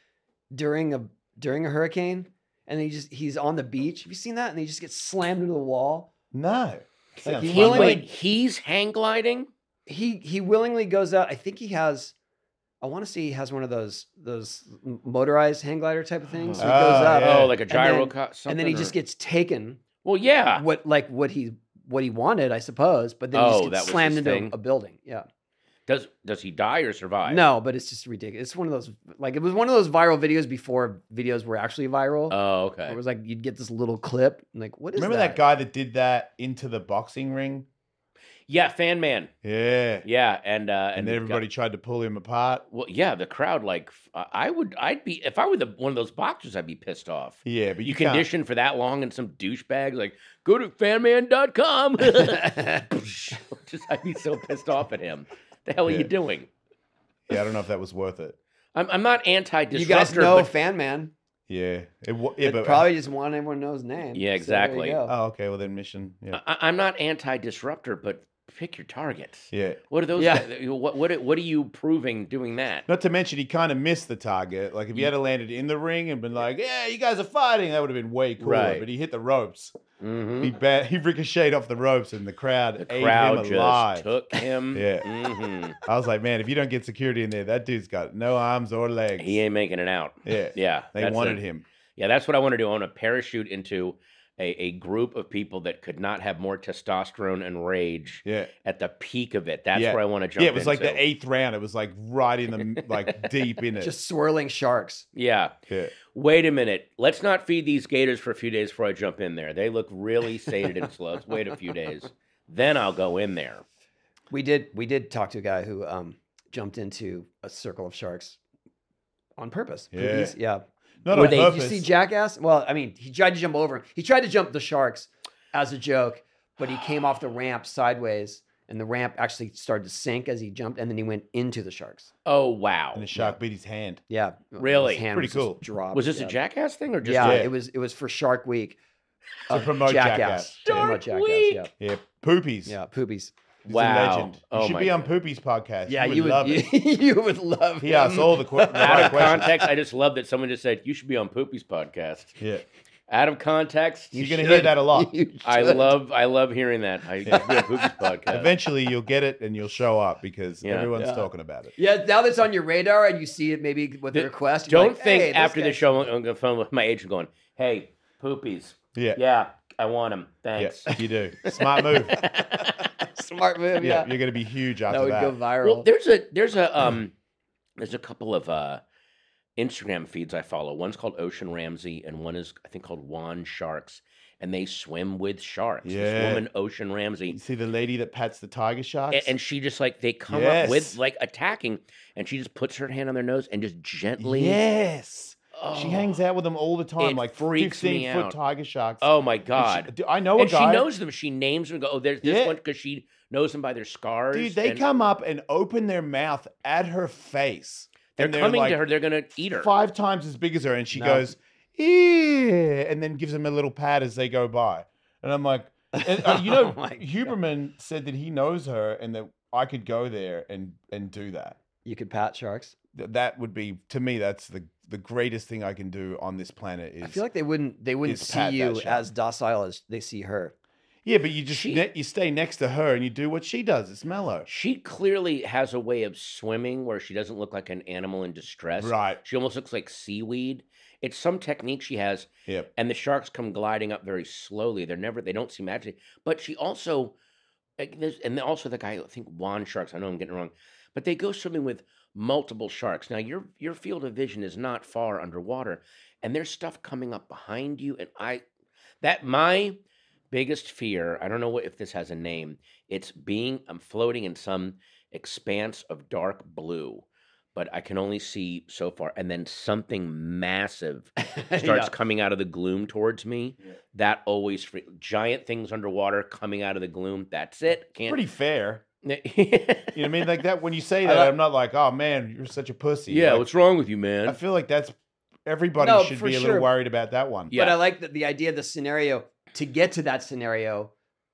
during a during a hurricane, and he just he's on the beach. Have you seen that? And he just gets slammed into the wall.
No. Sounds
he
fun,
He-
Willingly-
wait, he's hang gliding.
He he willingly goes out. I think he has. I want to see he has one of those those m- motorized hang glider type of things. So he goes
Oh,
up,
Yeah.
Oh, like a
And
gyro.
then-
co-
and then he
something
just
or-
gets taken.
Well, yeah.
What like what he what he wanted, I suppose. But then he
Oh,
just
that was
gets
his
slammed into
thing.
a building. Yeah.
Does does he die or survive?
No, but it's just ridiculous. It's one of those like it was one of those viral videos before videos were actually viral.
Oh,
where
okay.
It was like you'd get this little clip, and like what is
Remember that?
that?
guy that did that into the boxing ring?
Yeah, fan man.
Yeah.
Yeah, and uh,
And
the
then
guy-
everybody tried to pull him apart.
Well, yeah, the crowd. Like, f- I I would, I'd be if I were the one of those boxers, I'd be pissed off.
Yeah, but
you,
you, can't.
condition for that long and some douchebag like go to fanman.com just i'd be so pissed off at him the hell are
Yeah.
you doing
Yeah, I don't know if that was worth it.
i'm, I'm not anti-disruptor
You guys know
but
Fan Man.
Yeah, it wa- yeah,
They
but uh,
probably just want everyone to know his
Yeah,
name. So there you
exactly.
go.
Oh, okay. Well, then mission. Yeah,
I, i'm not anti-disruptor but pick your targets
yeah.
what are those
Yeah.
guys- what, what, are- what are you proving doing that
Not to mention, he kind of missed the target. Like if
Mm.
he had landed in the ring and been like, "Yeah, you guys are fighting," that would have been way cooler.
Right.
But he hit the ropes.
Mhm.
He bat- he ricocheted off the ropes, and the crowd
the
ate
crowd
him
just
alive.
took him
Yeah.
Mhm.
I was like, man, if you don't get security in there, that dude's got no arms or legs.
he ain't making it out
Yeah,
yeah
they
that's
wanted
it.
him.
Yeah, that's what I want to do. I want to parachute into a, a group of people that could not have more testosterone and rage
Yeah,
at the peak of it. That's
Yeah.
where I want to jump.
yeah. It was like the
into.
eighth round. It was like right in the like deep in it.
Just swirling sharks.
Yeah.
yeah.
Wait a minute. Let's not feed these gators for a few days before I jump in there. They look really sated and slow. Let's wait a few days. Then I'll go in there.
We did we did talk to a guy who um jumped into a circle of sharks on purpose.
Yeah.
Poopies, yeah.
Not
Were
on
they-
If
purpose.
you see Jackass, well, I mean, he tried to jump over. him. He tried to jump the sharks as a joke, but he came off the ramp sideways, and the ramp actually started to sink as he jumped, and then he went into the sharks.
Oh wow.
and the shark beat his hand.
Yeah,
Really?
His hand
Pretty
was just
cool.
dropped.
Was this
yeah.
a jackass thing or just
yeah,
Yeah.
it was. It was for Shark Week.
To
of
promote Jackass.
To promote
Shark Week.
Yeah,
Yeah, poopies.
yeah, poopies.
He's
Wow.
a legend. You
Oh
should
my
be on
God.
Poopy's podcast.
Yeah,
you
you
would, love
would. You,
it.
would love.
He asks
him.
all the, qu- the
Out
right
of
questions.
context, I just love that someone just said you should be on Poopy's podcast.
Yeah,
Out of context,
you're going to hear that a lot.
You
I
should.
love I love hearing that. I
Yeah.
we have Hoopy's podcast.
Eventually, you'll get it and you'll show up because
Yeah.
everyone's
Yeah.
talking about it.
Yeah, now that's on your radar, and you see it maybe with the
Th-
request. you're
Don't
like,
think
"Hey, this
after the
guy-
show I'm going to phone with my agent going, "Hey, poopies,
Yeah,
yeah, I want them.
yeah,
Thanks."
you do. Smart move. yeah,
Smart move. Yeah,
you're going to be huge
that
after
would
that.
go viral.
well, there's a there's a um there's a couple of uh Instagram feeds I follow. One's called Ocean Ramsey, and one is I think called Juan Sharks, and they swim with sharks. This
Yeah.
woman, Ocean Ramsey,
You see the lady that pats the tiger
A-
sharks?
and she just like they come up with
Yes.
like attacking, and she just puts her hand on their nose and just gently.
yes. She
Oh.
hangs out with them all the time,
It
like
freaks me
15 foot
out.
tiger sharks.
Oh my
And
god!
She, dude, I know a
and
guy.
she knows them. She names them. Go, oh, there's this
Yeah.
one because she knows them by their scars.
Dude, they
and
come up and open their mouth at her face.
They're
and they're
coming
like,
to her. They're gonna eat her.
five times as big as her, and she
No.
goes, "Yeah," and then gives him a little pat as they go by. And I'm like, and, uh, you know,
Oh my God.
Huberman said that he knows her, and that I could go there and and do that.
you could pat sharks.
Th- That would be to me. That's the the greatest thing I can do on this planet. Is
I feel like they wouldn't. They wouldn't
is
see
pat that
you
shark.
as docile as they see her.
yeah, but you just
She-
ne- you stay next to her and you do what she does. It's mellow,
She clearly has a way of swimming where she doesn't look like an animal in distress.
right?
She almost looks like seaweed. It's some technique she has,
Yep.
and the sharks come gliding up very slowly. They're never. They don't seem agitated. But she also like, there's, and also the guy, I think Juan Sharks. I know I'm getting it wrong, but they go swimming with multiple sharks. Now your your field of vision is not far underwater, and there's stuff coming up behind you. And I, that my biggest fear. I don't know what if this has a name. It's being I'm floating in some expanse of dark blue, but I can only see so far, and then something massive starts
Yeah.
coming out of the gloom towards me. That always free- giant things underwater coming out of the gloom. That's it. Can't.
Pretty fair. You
yeah,
know what I mean? Like that when you say
I
that,
like-
I'm not like, oh man, you're such a pussy. Like,
what's wrong with you,
I
man?
feel like that's everybody
No,
should
for
be a
sure.
little worried about that one.
Yeah.
But I like that the idea of the scenario. To get to that scenario,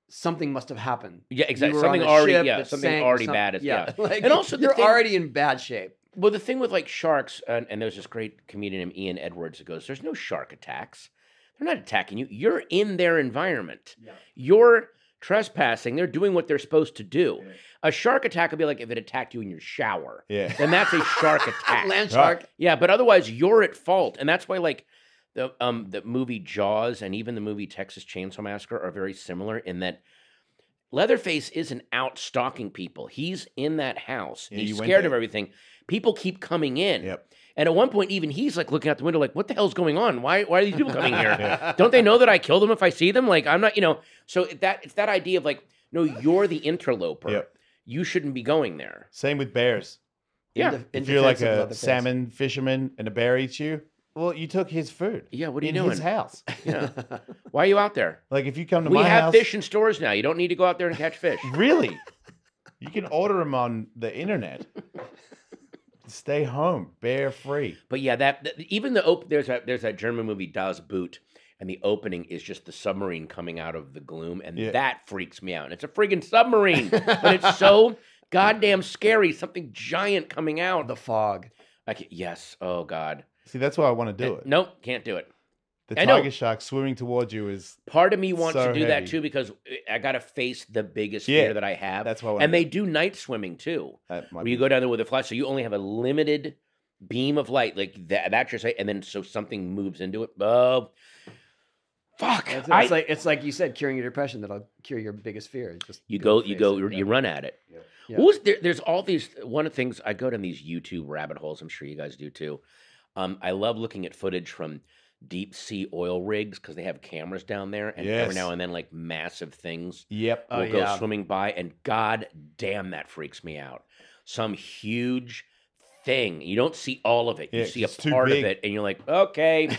something must have happened.
yeah,
You
exactly.
were on
Something
a
already,
ship
yeah,
that
something
sank or
already
some-
bad. As, yeah.
like,
And also the
you're
thing-
already in bad shape.
Well, the thing with like sharks, and, and there's this great comedian named Ian Edwards that goes, "There's no shark attacks. They're not attacking you. You're in their environment. You're trespassing. They're doing what they're supposed to do. A shark attack would be like if it attacked you in your shower.
Yeah.
Then that's a shark attack.
Land shark.
Yeah, but otherwise you're at fault, and that's why like the um the movie Jaws and even the movie Texas Chainsaw Massacre are very similar in that Leatherface isn't out stalking people. He's in that house.
Yeah, you
he's
went
scared of
there.
everything. People keep coming in.
Yep.
And at one point, even he's like looking out the window, like, "What the hell's going on? Why why are these people coming here?
Yeah.
Don't they know that I kill them if I see them? Like I'm not, you know." So it- that it's that idea of like, no, you're the interloper.
Yep.
You shouldn't be going there.
Same with bears.
Yeah.
In de- in
If you're like
defense of
a
Leatherface.
salmon fisherman and a bear eats you, well, you took his food.
Yeah, what are you
in
doing?
his house.
Yeah. Why are you out there?
Like if you come to
we
my
have
house,
fish in stores now. You don't need to go out there and catch fish.
really, you can order them on the internet. Stay home, bear free.
but yeah, that, that- even the op- there's a there's that German movie Das Boot, and the opening is just the submarine coming out of the gloom, and
Yeah.
that freaks me out. And it's a friggin' submarine, but it's so goddamn scary. Something giant coming out.
the fog.
I can, yes, oh god,
See, that's why I want to do
Uh,
it.
Nope, can't do it.
the
I know.
tiger shark swimming towards you is
Part of me wants
So
to do that
heavy.
too because eh, I gotta face the biggest
Yeah,
fear that I have.
that's why. I wanna
Uh, and
do
they do night swimming too.
it. That might
where you
be-
go down there with a flash, so you only have a limited beam of light, like that. That's your sight, and then so something moves into it. Oh, fuck!
It's,
I-
it's like it's like you said, curing your depression. That'll cure your biggest fear. It's Just
you
go
go, you
face
go,
it,
you
yeah.
run at it.
Yeah.
What was there, there's all these one of the things I go down these YouTube rabbit holes. I'm sure you guys do too. Um, I love looking at footage from deep sea oil rigs because they have cameras down there, and every
Yes.
now and then like massive things
Yep.
Oh,
will go
yeah.
swimming by, and god damn, that freaks me out. Some huge thing. You don't see all of it. You
Yeah,
see a
it's too
part of
big.
it, and you're like, okay,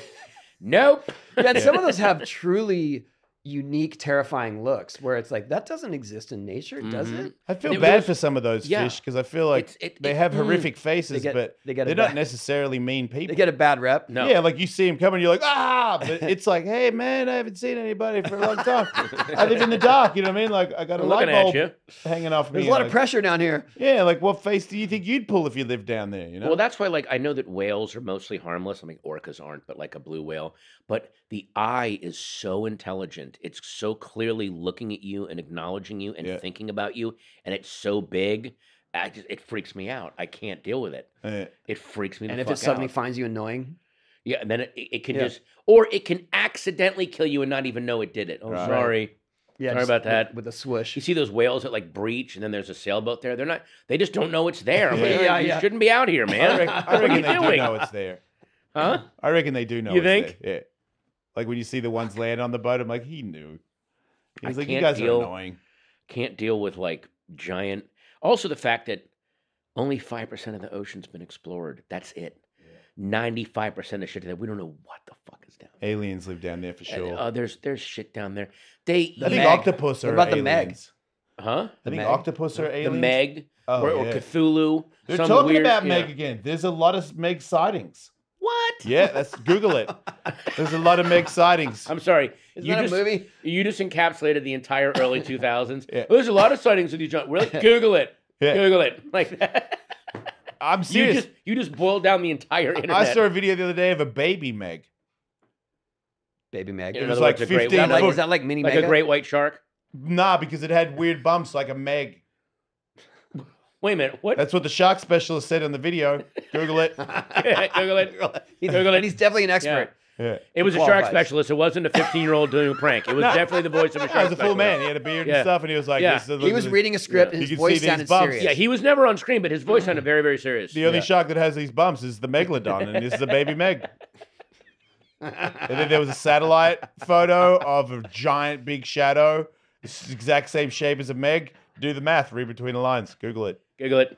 nope.
Yeah, and some of those have truly unique, terrifying looks where it's like that doesn't exist in nature, does
Mhm.
it?
I feel
There
bad
was-
for some of those
Yeah.
fish because I feel like
It's- it-
they
it-
have
mm.
horrific faces,
They get
but
they get
they're
a
not
bad,
necessarily mean people.
they get a bad rep.
No.
Yeah, like you see him coming, you're like, ah, but it's like, hey, man, I haven't seen anybody for a long time. I live in the dark, you know what I mean? Like, I got a
I'm
light
looking at
bulb
you.
hanging off me.
There's a lot
like,
of pressure down here.
Yeah, like what face do you think you'd pull if you lived down there? You know,
Well, that's why, like, I know that whales are mostly harmless. I mean, orcas aren't, but like a blue whale. But the eye is so intelligent. It's so clearly looking at you and acknowledging you and
Yeah.
thinking about you, and it's so big. I just, it freaks me out. I can't deal with it.
Yeah.
It freaks me. the
And if
fuck
it suddenly
out.
finds you annoying,
Yeah, and then it, it it can
Yeah.
just, or it can accidentally kill you and not even know it did it. Oh,
Right.
sorry.
yeah,
Sorry
just
about
with-
that.
With, a swoosh.
You see those whales that like breach, and then there's a sailboat there. They're not. They just don't know it's there. I'm like,
Yeah,
"Oh,
yeah,
you
yeah.
shouldn't be out here,
I,
man.
reckon, I reckon
you
they do
doing?
know it's there.
huh?
I reckon they do know.
You
it's
think?
there. Yeah. Like when you see the ones land on the boat, I'm like, he knew.
I
He's like, you
can't
guys
deal-
are annoying.
Can't deal with like giant. Also, the fact that only five percent of the ocean's been explored. That's it. Ninety-five percent of shit that we don't know what the fuck is down.
Aliens live down there for
there. And,
sure.
uh, there's there's shit down there. They
I think
eat-
Meg.
octopus
What
are
about the Meg?
aliens.
huh?
I think
Meg?
octopus are
The
aliens.
Meg
Oh,
or, or
yeah.
Cthulhu.
They're
some
talking
weird-
about
yeah.
Meg again. There's a lot of Meg sightings.
What?
Yeah, that's Google it. There's a lot of Meg sightings.
I'm sorry.
Isn't
you
that
just,
a movie?
You just encapsulated the entire early 2000s.
Yeah.
There's a lot of sightings of these giant. Really? Google it.
Yeah.
Google it. Like that.
I'm
You
serious.
just you just boiled down the entire internet.
I saw a video the other day of a baby Meg.
Baby Meg.
In
It
other
was
Is
like
words, a great
15
that
white-
like,
foot.
is that like mini
like
Mega?
a great white shark.
Nah, because it had weird bumps like a Meg.
Wait a minute. What?
That's what the shark specialist said in the video. Google it.
Google it. Google
He's
it.
definitely an
Yeah.
expert.
Yeah.
It was a shark
Qualifies.
specialist. It wasn't a 15 year old doing a prank. It was definitely the voice of a shark
He was a full
specialist.
man. He had a beard
Yeah.
and stuff, and he was like,
Yeah.
this is-
He was reading a script and
You
his
can see
voice
these
sounded
bumps.
serious.
Yeah, he was never on screen, but his voice sounded very, very serious.
The only
Yeah.
shark that has these bumps is the megalodon, and this is a baby meg. And then there was a satellite photo of a giant big shadow, this exact same shape as a meg. Do the math. Read between the lines. Google it.
Giggle it.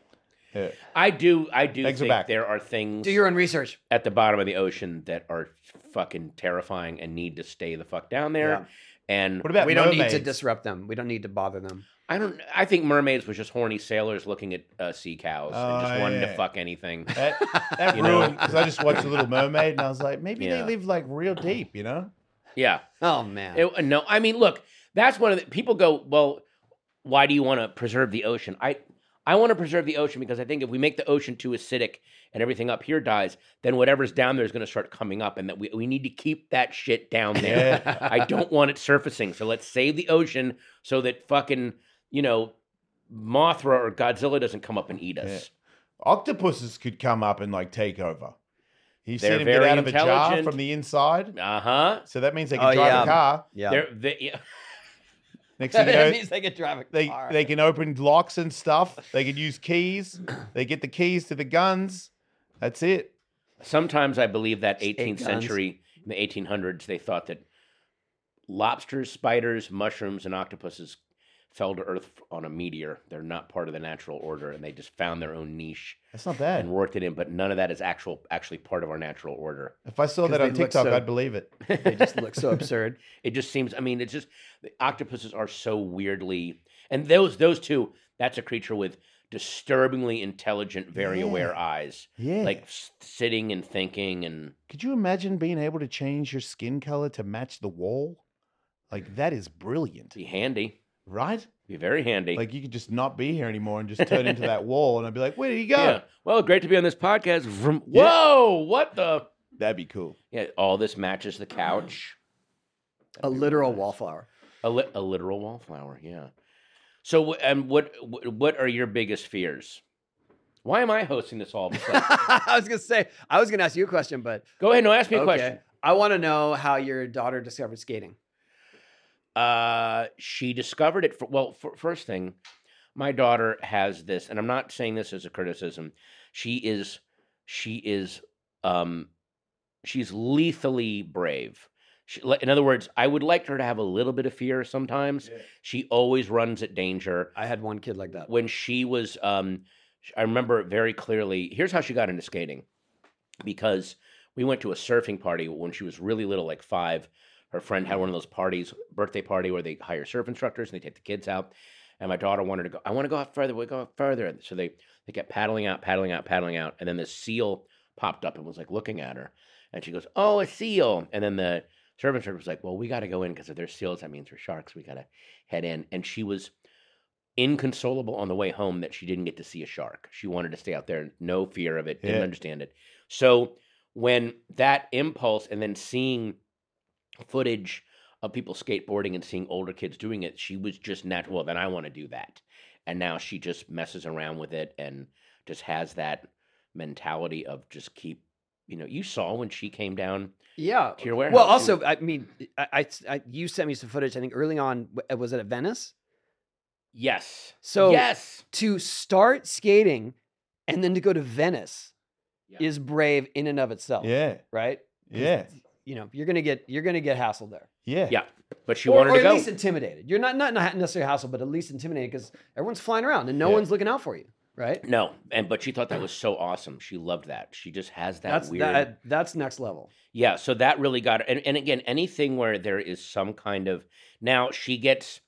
Yeah.
I do. I do
Eggs are
think
back.
there are things
Do your own research.
at the bottom of the ocean that are fucking terrifying and need to stay the fuck down there.
Yeah.
And
What about
we don't
mermaids?
need to disrupt them. We don't need to bother them.
I don't. I think mermaids was just horny sailors looking at uh, sea cows and just
Oh,
wanting to
yeah.
fuck anything.
That, that
You know?
ruined because I just watched The Little Mermaid and I was like, maybe
Yeah.
they live like real deep, you know?
Yeah.
Oh man.
It- uh, no, I mean, look, that's one of the people go. Well, why do you want to preserve the ocean? I I want to preserve the ocean because I think if we make the ocean too acidic and everything up here dies, then whatever's down there is going to start coming up, and that we we need to keep that shit down there. I don't want it surfacing. So let's save the ocean so that fucking, you know, Mothra or Godzilla doesn't come up and eat us.
Octopuses could come up and like take over. You've
They're
seen them get
very
out of a jar
intelligent.
from the inside.
Uh huh.
So that means they
Oh,
can drive
yeah.
a car.
yeah.
They're, they, yeah.
Next thing you
that
know,
means they could drive a
they
car.
they can open locks and stuff. They can use keys. They get the keys to the guns. That's it.
Sometimes I believe that 18th
guns.
century, in the 1800s, they thought that lobsters, spiders, mushrooms, and octopuses fell to Earth on a meteor. They're not part of the natural order, and they just found their own niche
That's not bad.
and worked it in. But none of that is actual, actually part of our natural order.
If I saw
'Cause
that
they
on
look
TikTok,
so-
I'd believe it.
they just look so absurd.
It just seems. I mean, it's just the octopuses are so weirdly, and those those two. That's a creature with disturbingly intelligent, very
Yeah.
aware eyes,
Yeah.
like s- sitting and thinking, and
could you imagine being able to change your skin color to match the wall? Like that is brilliant,
be handy,
right?
be very handy.
Like you could just not be here anymore and just turn into that wall, and I'd be like, "Where did he go?"
yeah. Well, great to be on this podcast. Vroom.
Yeah.
Whoa! What the?
That'd be cool.
Yeah. All this matches the couch.
A literal wallflower.
A, li- a literal wallflower. Yeah. So, wh- and what wh- what are your biggest fears? Why am I hosting this all? Of a sudden?
I was gonna say I was gonna ask you a question, but
Go ahead. No, ask me a
okay.
question.
I want to know how your daughter discovered skating.
Uh, she discovered it. For, well, for, first thing, my daughter has this, and I'm not saying this as a criticism. She is, she is, um, she's lethally brave. She, le- in other words, I would like her to have a little bit of fear sometimes. She always runs at danger.
I had one kid like that.
When she was, um, sh- I remember it very clearly. Here's how she got into skating, because we went to a surfing party when she was really little, like five. Her friend had one of those parties, birthday party, where they hire surf instructors and they take the kids out. And my daughter wanted to go. I want to go out further. We go out further. And so they they kept paddling out, paddling out, paddling out. And then this seal popped up and was like looking at her. And she goes, "Oh, a seal!" And then the surf instructor was like, "Well, we got to go in because if there's seals, that means there's sharks. We got to head in." And she was inconsolable on the way home that she didn't get to see a shark. She wanted to stay out there, no fear of it, didn't
Yeah.
understand it. So when that impulse and then seeing footage of people skateboarding and seeing older kids doing it, she was just natural. Well, then I want to do that. And now she just messes around with it and just has that mentality of just keep, you know, you saw when she came down
Yeah.
to your warehouse.
Well,
she was-
also, I mean, I, I, I- you sent me some footage. I think early on, w- was it at Venice?
yes.
So
yes.
to start skating and then to go to Venice
Yeah.
is brave in and of
Oh.
itself.
Yeah,
Right.
yeah,
You know, you're gonna get you're gonna get hassled there.
yeah.
Yeah. But she
or,
wanted
or
to
at
go.
least intimidated. You're not not not necessarily hassled, but at least intimidated because everyone's flying around and no
Yeah.
one's looking out for you. Right.
No, and but she thought that was so awesome. She loved that. She just has that
that's
weird.
that, that's next level.
Yeah, so that really got her. And, and again, anything where there is some kind of now she gets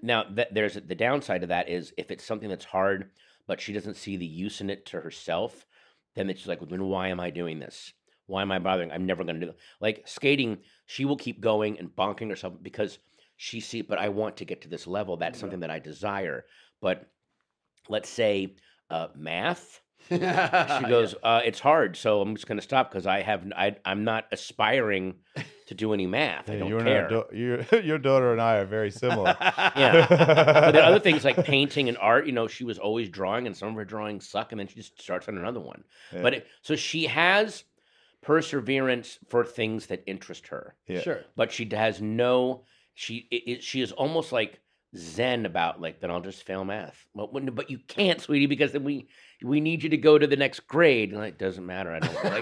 now that there's the downside of that is if it's something that's hard, but she doesn't see the use in it to herself, then it's like, then why am I doing this? Why am I bothering? I'm never going to do like skating. She will keep going and bonking herself because she see. But I want to get to this level. That's something that I desire. But let's say uh, math
she
she goes, uh, "It's hard, so I'm just going to stop because I have I, I'm not aspiring to do any math. I
Yeah,
don't
you and our
care."
da- your, your daughter and I are very similar.
yeah. But the other things like painting and art, you know, she was always drawing, and some of her drawings suck, and then she just starts on another one.
Yeah.
But it, so she has, perseverance for things that interest her.
Yeah.
Sure.
But she has no. She i i- she is almost like zen about like then I'll just fail math. But when, but you can't, sweetie, because then we we need you to go to the next grade. And like doesn't matter. I don't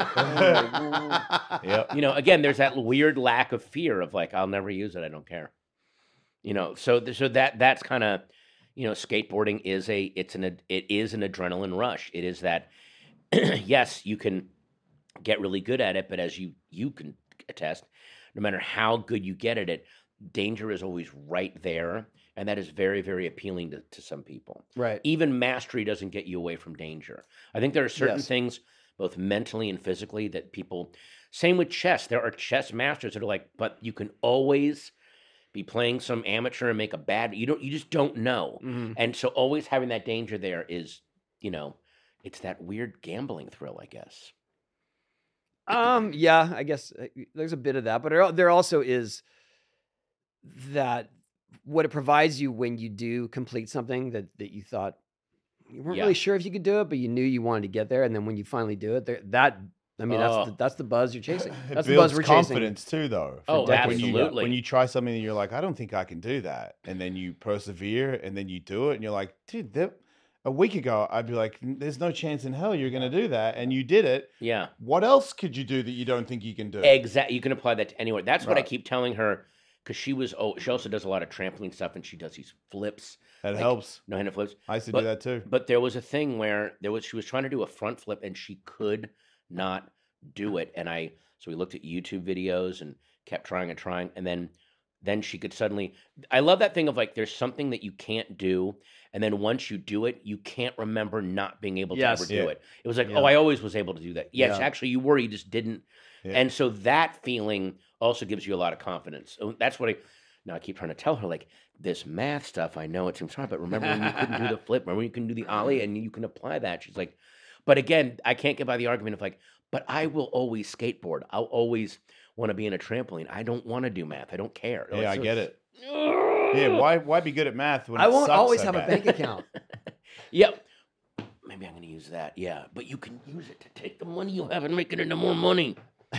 like.
Yep.
you know, again, there's that weird lack of fear of like I'll never use it. I don't care. You know, so th- so that that's kind of you know skateboarding is a it's an ad- it is an adrenaline rush. It is that yes, you can get really good at it, but as you you can attest, no matter how good you get at it, danger is always right there, and that is very very appealing to, to some people
Right.
even mastery doesn't get you away from danger. I think there are certain
Yes.
things, both mentally and physically, that people. Same with chess. There are chess masters that are like, but you can always be playing some amateur and make a bad. You don't. You just don't know.
Mhm.
And so, always having that danger there is, you know, it's that weird gambling thrill, I guess.
Um. Yeah. I guess uh, there's a bit of that, but there al- there also is that what it provides you when you do complete something that that you thought you weren't
Yeah.
really sure if you could do it, but you knew you wanted to get there, and then when you finally do it, there that I mean
Oh.
that's the, that's the buzz you're chasing.
It
That's the
builds
buzz we're chasing.
confidence too, though.
Oh,
when you-
absolutely.
when you try something and you're like, I don't think I can do that, and then you persevere, and then you do it, and you're like, dude, that, a week ago I'd be like, there's no chance in hell you're gonna do that, and you did it.
Yeah.
What else could you do that you don't think you can do?
Exactly. You can apply that to anywhere. That's what I
Right.
keep telling her because she was. Oh, she also does a lot of trampoline stuff, and she does these flips,
That
like-
helps.
no hand flips.
I used to
but-
do that too.
But there was a thing where there was she was trying to do a front flip and she could not do it. And I so we looked at YouTube videos and kept trying and trying. And then then she could suddenly I love that thing of like there's something that you can't do. And then once you do it, you can't remember not being able
Yes.
to ever
Yeah.
do it. It was like,
Yeah.
oh, I always was able to do that. Yes,
Yeah.
actually you were, you just didn't.
Yeah.
And so that feeling also gives you a lot of confidence. So That's what I now I keep trying to tell her like this math stuff. I know it seems hard, but remember when you couldn't do the flip? Remember when you couldn't do the ollie, and you can apply that? She's like, but again, I can't get by the argument of like, but I will always skateboard. I'll always want to be in a trampoline. I don't want to do math. I don't care. Like,
Yeah, I
so-
get it. Yeah, why why be good at math when
I
it
won't
sucks
always
so
have
bad?
a bank account.
Yep. Maybe I'm going to use that. Yeah, but you can use it to take the money you have and make it into more money.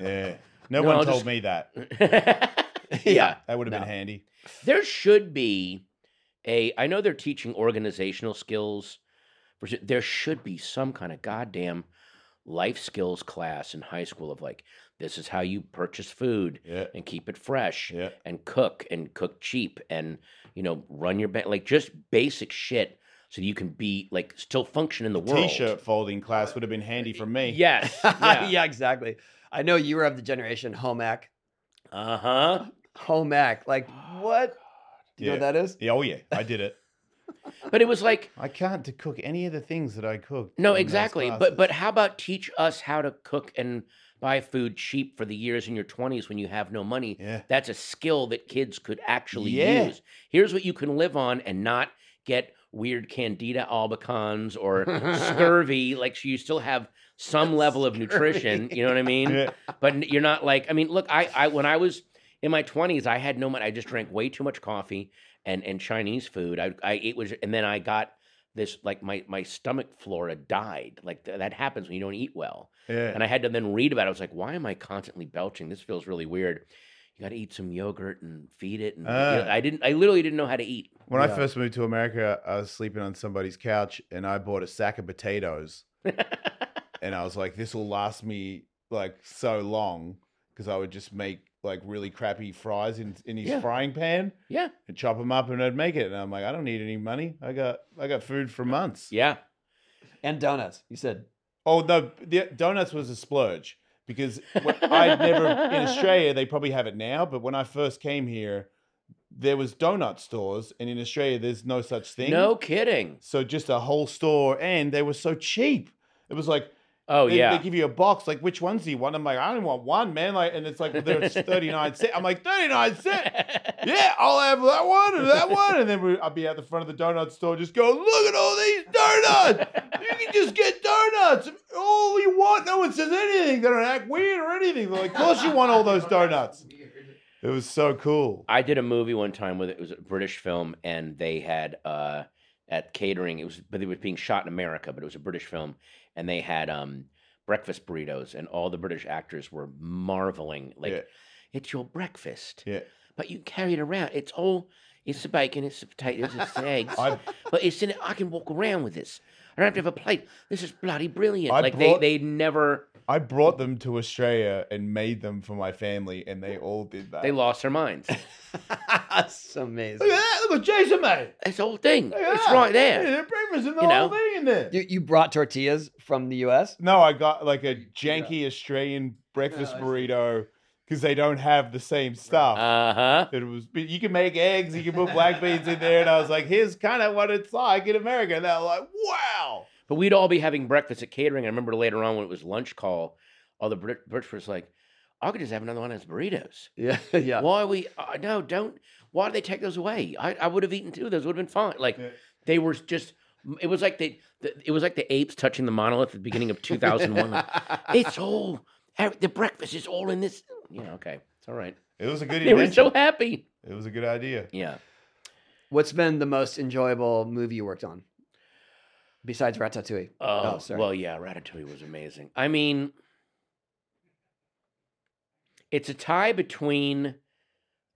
Yeah, no,
No,
one
I'll
told
just-
me that.
yeah.
That would have
No.
been handy.
There should be a. I know they're teaching organizational skills. for s- There should be some kind of goddamn life skills class in high school of like, this is how you purchase food
Yeah,
and keep it fresh
yeah.
and cook and cook cheap and, you know, run your bank. Like just basic shit so you can be like still function in the world.
T-shirt folding class would have been handy for me.
Yes.
yeah.
Yeah.
exactly. I know you were of the generation home ec,
Uh huh.
home ec. Like what? Do you know
Yeah.
what that is?
Yeah, oh yeah, I did it.
But it was like,
I can't to cook any of the things that I cooked.
No,
in those
exactly. But
classes.
but how about teach us how to cook and buy food cheap for the years in your 20s when you have no money?
yeah,
That's a skill that kids could actually
Yeah.
use. Here's what you can live on and not get weird candida albicans or scurvy like so you still have some level of nutrition, you know what I mean?
yeah,
But n- you're not like I mean, look, I I when I was in my 20s, I had no money. I just drank way too much coffee and and Chinese food. I I ate was and then I got this like my my stomach flora died. Like th- that happens when you don't eat well.
yeah.
And I had to then read about it. I was like, why am I constantly belching? This feels really weird. You got to eat some yogurt and feed it. And you know,
Ah.
I didn't. I literally didn't know how to eat.
when
Yeah.
I first moved to America, I was sleeping on somebody's couch, and I bought a sack of potatoes, and I was like, "This will last me like so long," because I would just make like really crappy fries in in his
Yeah.
frying pan
yeah,
and chop them up, and I'd make it. And I'm like, "I don't need any money. I got I got food for months."
Uh, yeah.
And donuts. You said
Oh no, the donuts was a splurge because when- I'd never in Australia they probably have it now, but when I first came here, there was donut stores, and in Australia there's no such thing.
No kidding.
so just a whole store, and they were so cheap. It was like
Oh
they,
yeah.
they give you a box, like which ones do you want? I'm like, I don't want one, man. Like, and it's like well, there's 39 cent. I'm like 39 cent. Yeah, I'll have that one and that one, and then we, I'll be at the front of the donut store, just go look at all these donuts. You can just get donuts all you want. No one says anything. They don't act weird or anything. They're like, of course you want all those donuts. It was so cool.
I did a movie one time with it was a British film, and they had uh, at catering. It was, but it was being shot in America, but it was a British film, and they had um, breakfast burritos, and all the British actors were marveling, like,
yeah,
"It's your breakfast,
yeah.
but you carry it around. It's all, it's the bacon, it's the potatoes, it's the eggs,
I
but it's in it. I can walk around with this. I don't have to have a plate. This is bloody brilliant.
I
like
brought-
they, they never,
I brought them to Australia and made them for my family, and they all did that.
they lost their minds.
That's amazing.
Look at that! Look what Jason made.
This whole thing,
Look at
it's
that.
right
Yeah,
there.
the breakfast and the
You know.
whole thing in there.
You, you brought tortillas from the U.S.
No, I got like a janky Australian breakfast
I see.
burrito because they don't have the same stuff.
Uh huh.
it was but you can make eggs, you can put black beans in there, and I was like, here's kind of what it's like in America. And I was like, wow.
But we'd all be having breakfast at catering. I remember later on when it was lunch call, all the Brit- Brits were just like, I could just have another one of those burritos.
Yeah, yeah.
Why are we? Uh, no, don't. Why did they take those away? I, I would have eaten two of those. Would have been fine. Like
Yeah.
they were just. It was like they. The, it was like the apes touching the monolith at the beginning of two thousand one. it's all ev- the breakfast is all in this. Yeah, okay, it's all right.
It was a good
They were
invention.
so happy.
it was a good idea.
Yeah,
What's been the most enjoyable movie you worked on besides Ratatouille?
Oh,
sorry.
well, yeah, Ratatouille was amazing. I mean, it's a tie between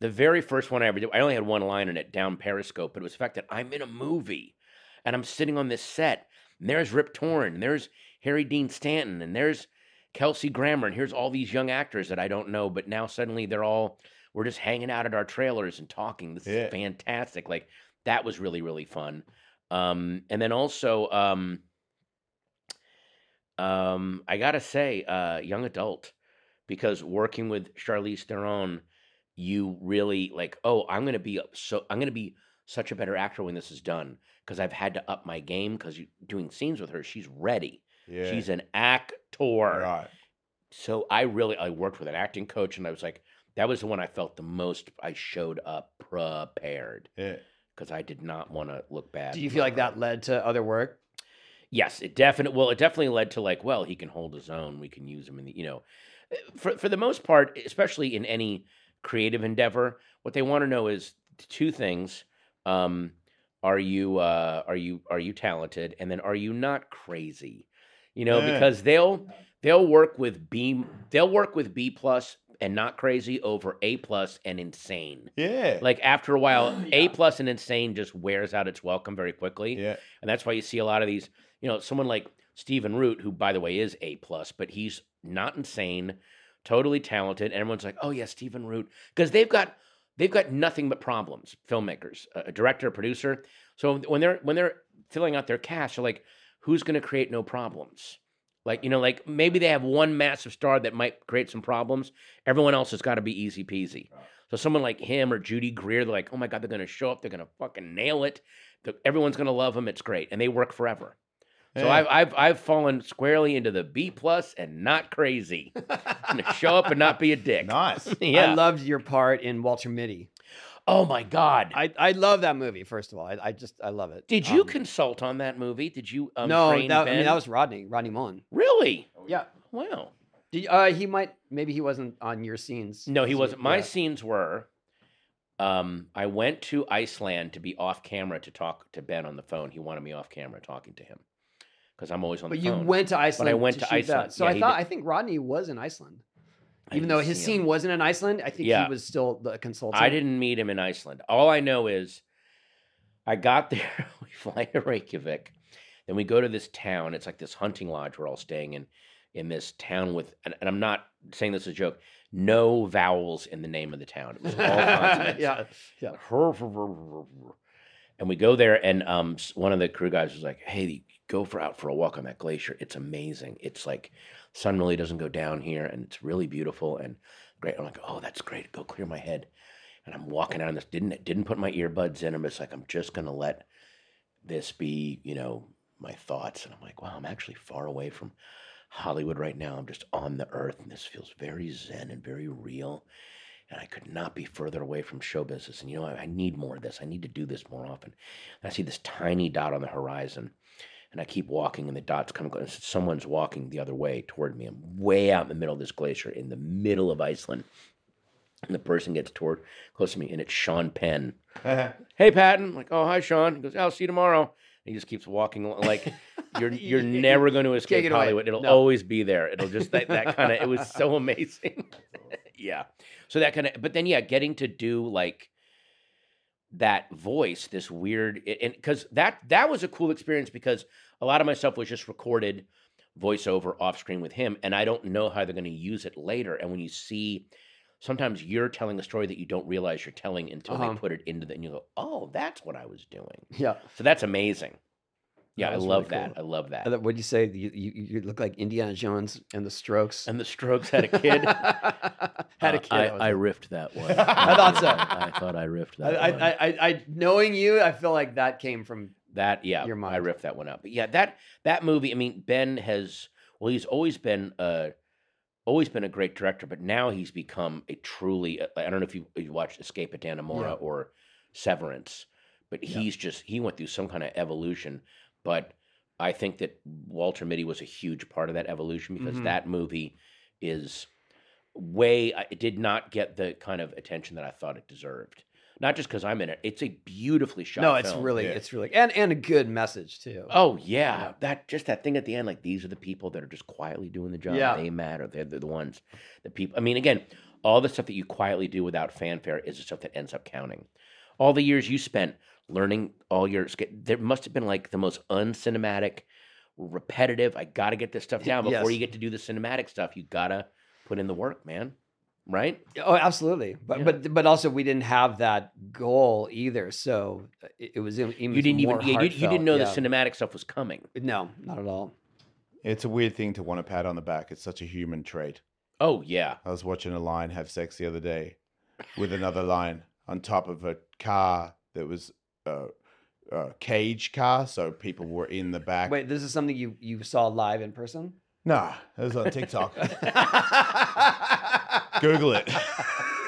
the very first one I ever did. I only had one line in it down Periscope, but it was the fact that I'm in a movie and I'm sitting on this set, and there's Rip Torn, and there's Harry Dean Stanton, and there's Kelsey Grammer, and here's all these young actors that I don't know, but now suddenly they're all we're just hanging out at our trailers and talking. This
Yeah.
is fantastic. Like that was really really fun. Um, and then also, um, um, I gotta say, uh, young adult, because working with Charlize Theron, you really like. Oh, I'm gonna be up- so. I'm gonna be such a better actor when this is done because I've had to up my game because you doing scenes with her. She's ready.
Yeah.
She's an actor.
right.
So I really I worked with an acting coach, and I was like, that was the one I felt the most. I showed up prepared
Yeah.
because I did not want to look bad.
Do you feel like that led to other work?
Yes, it definitely. Well, it definitely led to like, well, he can hold his own. We can use him in the, you know, for for the most part, especially in any creative endeavor, what they want to know is two things: um, are you uh, are you are you talented, and then are you not crazy? You know,
Yeah.
because they'll they'll work with B they'll work with B plus and not crazy over A plus and insane.
Yeah.
Like after a while, A plus and insane just wears out its welcome very quickly.
yeah.
And that's why you see a lot of these, you know, someone like Steven Root, who by the way is A plus, but he's not insane, totally talented. And everyone's like, oh yeah, Steven Root. Because they've got they've got nothing but problems, filmmakers, a a director, a producer. So when they're when they're filling out their cast, they're like, who's gonna create no problems? Like, you know, like maybe they have one massive star that might create some problems. Everyone else has got to be easy peasy. So someone like him or Judy Greer, they're like, oh my God, they're gonna show up, they're gonna fucking nail it. The, everyone's gonna love them. It's great, and they work forever. So
Yeah.
I've, I've I've fallen squarely into the B plus and not crazy. Gonna show up and not be a dick.
Nice.
yeah.
I loved your part in Walter Mitty.
oh my God.
I, I love that movie. First of all, I, I just I love it.
Did you
Um,
consult on that movie? Did you um,
no,
train
that, I
ben?
mean that was Rodney Rodney Mullen.
really
Oh, Yeah.
wow.
Did, uh, he might maybe he wasn't on your scenes.
No, he
So-
wasn't. My
yeah.
scenes were. Um, I went to Iceland to be off camera to talk to Ben on the phone. He wanted me off camera talking to him because I'm always on
But
the
you
phone.
went to Iceland.
went
to,
to
shoot
Iceland.
That. So
Yeah,
I
he
thought
did.
I think Rodney was in Iceland,
I
even
didn't
though his
see him.
scene wasn't in Iceland. I think
Yeah.
he was still the consultant.
I didn't meet him in Iceland. All I know is I got there, we fly to Reykjavik, then we go to this town. It's like this hunting lodge we're all staying in, in this town with, and, and I'm not saying this as a joke, no vowels in the name of the town. It was all consonants.
yeah, yeah.
And we go there, and um, s- one of the crew guys was like, "Hey, go for out for a walk on that glacier. It's amazing. It's like sun really doesn't go down here, and it's really beautiful and great." I'm like, "Oh, that's great. Go clear my head." And I'm walking out on this. Didn't didn't put my earbuds in. I'm just like, I'm just gonna let this be, you know, my thoughts. And I'm like, wow, I'm actually far away from Hollywood right now. I'm just on the earth, and this feels very zen and very real and I could not be further away from show business. And you know, I, I need more of this. I need to do this more often. And I see this tiny dot on the horizon, and I keep walking, and the dots come. clo- Someone's walking the other way toward me. I'm way out in the middle of this glacier, in the middle of Iceland. And the person gets toward close to me, and it's Sean Penn. Hey, Patton. I'm like, oh, hi, Sean. He goes, I'll see you tomorrow. And he just keeps walking, al- like, You're you're never going to escape
get away.
Hollywood. It'll
No.
always be there. It'll just that, that kind of. It was so amazing. yeah. So that kind of. But then yeah, getting to do like that voice, this weird, it- and because that that was a cool experience because a lot of my stuff was just recorded voiceover off screen with him, and I don't know how they're going to use it later. And when you see. Sometimes you're telling a story that you don't realize you're telling until
Uh-huh.
they put it into the, and you go, "Oh, that's what I was doing."
yeah.
So that's amazing. Yeah,
That
I
was
love
really
that. I love that.
And then What'd you say? You, you, you look like Indiana Jones and the Strokes.
And the Strokes had a kid.
Had a
Uh,
kid.
I,
that was
I
it.
riffed that one.
I thought so.
I thought I riffed
I,
that
I,
one.
I, I, I, knowing you, I feel like that came from.
that yeah,
Your
I
mind.
riffed that one up. But yeah, that that movie. I mean, Ben has well, he's always been uh always been a great director, but now he's become a truly. uh, I don't know if you, you watched Escape at Dannemora
Yeah.
or Severance, but
Yeah.
he's just he went through some kind of evolution. But I think that Walter Mitty was a huge part of that evolution because
Mhm.
that movie is way I- it did not get the kind of attention that I thought it deserved. Not just because I'm in it; it's a beautifully shot.
no, it's
film.
really,
Yeah.
it's really, and and a good message too.
Oh yeah,
Yeah.
that just that thing at the end, like these are the people that are just quietly doing the job.
Yeah.
They matter. They're, they're the ones. The people. I mean, again, all the stuff that you quietly do without fanfare is the stuff that ends up counting. All the years you spent learning all your, sk- there must have been like the most uncinematic, repetitive. I got to get this stuff down before
Yes.
you get to do the cinematic stuff. You gotta put in the work, man. Right?
Oh, absolutely. But
Yeah.
but but also we didn't have that goal either. So it, it was even
You didn't even.
more
Yeah, you, you
heartfelt,
didn't know
yeah.
the cinematic stuff was coming.
No, not at all.
It's a weird thing to want a pat on the back. It's such a human trait.
Oh yeah.
I was watching a lion have sex the other day with another lion on top of a car that was a, a cage car, so people were in the back.
Wait, this is something you you saw live in person?
Nah, it was on TikTok.
Google
Google it.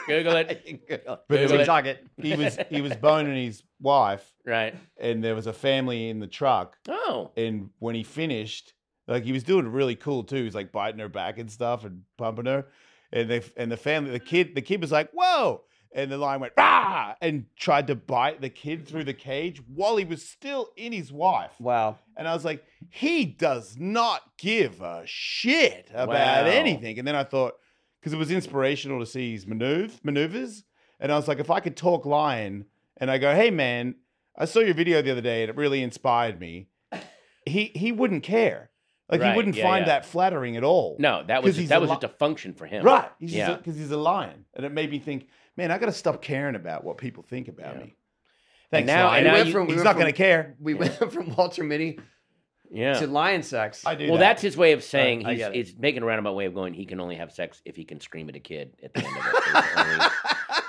Google it.
uh,
But it was,
TikTok it.
he was he was boning his wife,
Right.
and there was a family in the truck.
Oh.
And when he finished, like he was doing really cool too. He's like biting her back and stuff and pumping her. And they and the family, the kid, the kid was like, "Whoa!" And the lion went ah, and tried to bite the kid through the cage while he was still in his wife.
Wow.
And I was like, he does not give a shit about
Wow.
anything. And then I thought, because it was inspirational to see his maneuver, maneuvers. And I was like, if I could talk lion and I go, hey, man, I saw your video the other day and it really inspired me, he, he wouldn't care. Like,
Right,
he wouldn't
yeah,
find
yeah.
that flattering at all.
No, that
'Cause
was
he's
that
a
was
lo-
just a function for him.
Right. Because
Yeah.
he's, a lion. And it made me think, man, I got to stop caring about what people think about
Yeah.
me. Thanks,
now-
lion.
and now
He's
you-
we went
not
from-
going to care.
We went from Walter Mitty
Yeah.
to lion sex.
I do.
well,
that.
that's his way of saying
I
he's,
get it.
he's making a roundabout way of going. He can only have sex if he can scream at a kid at the end of it. There's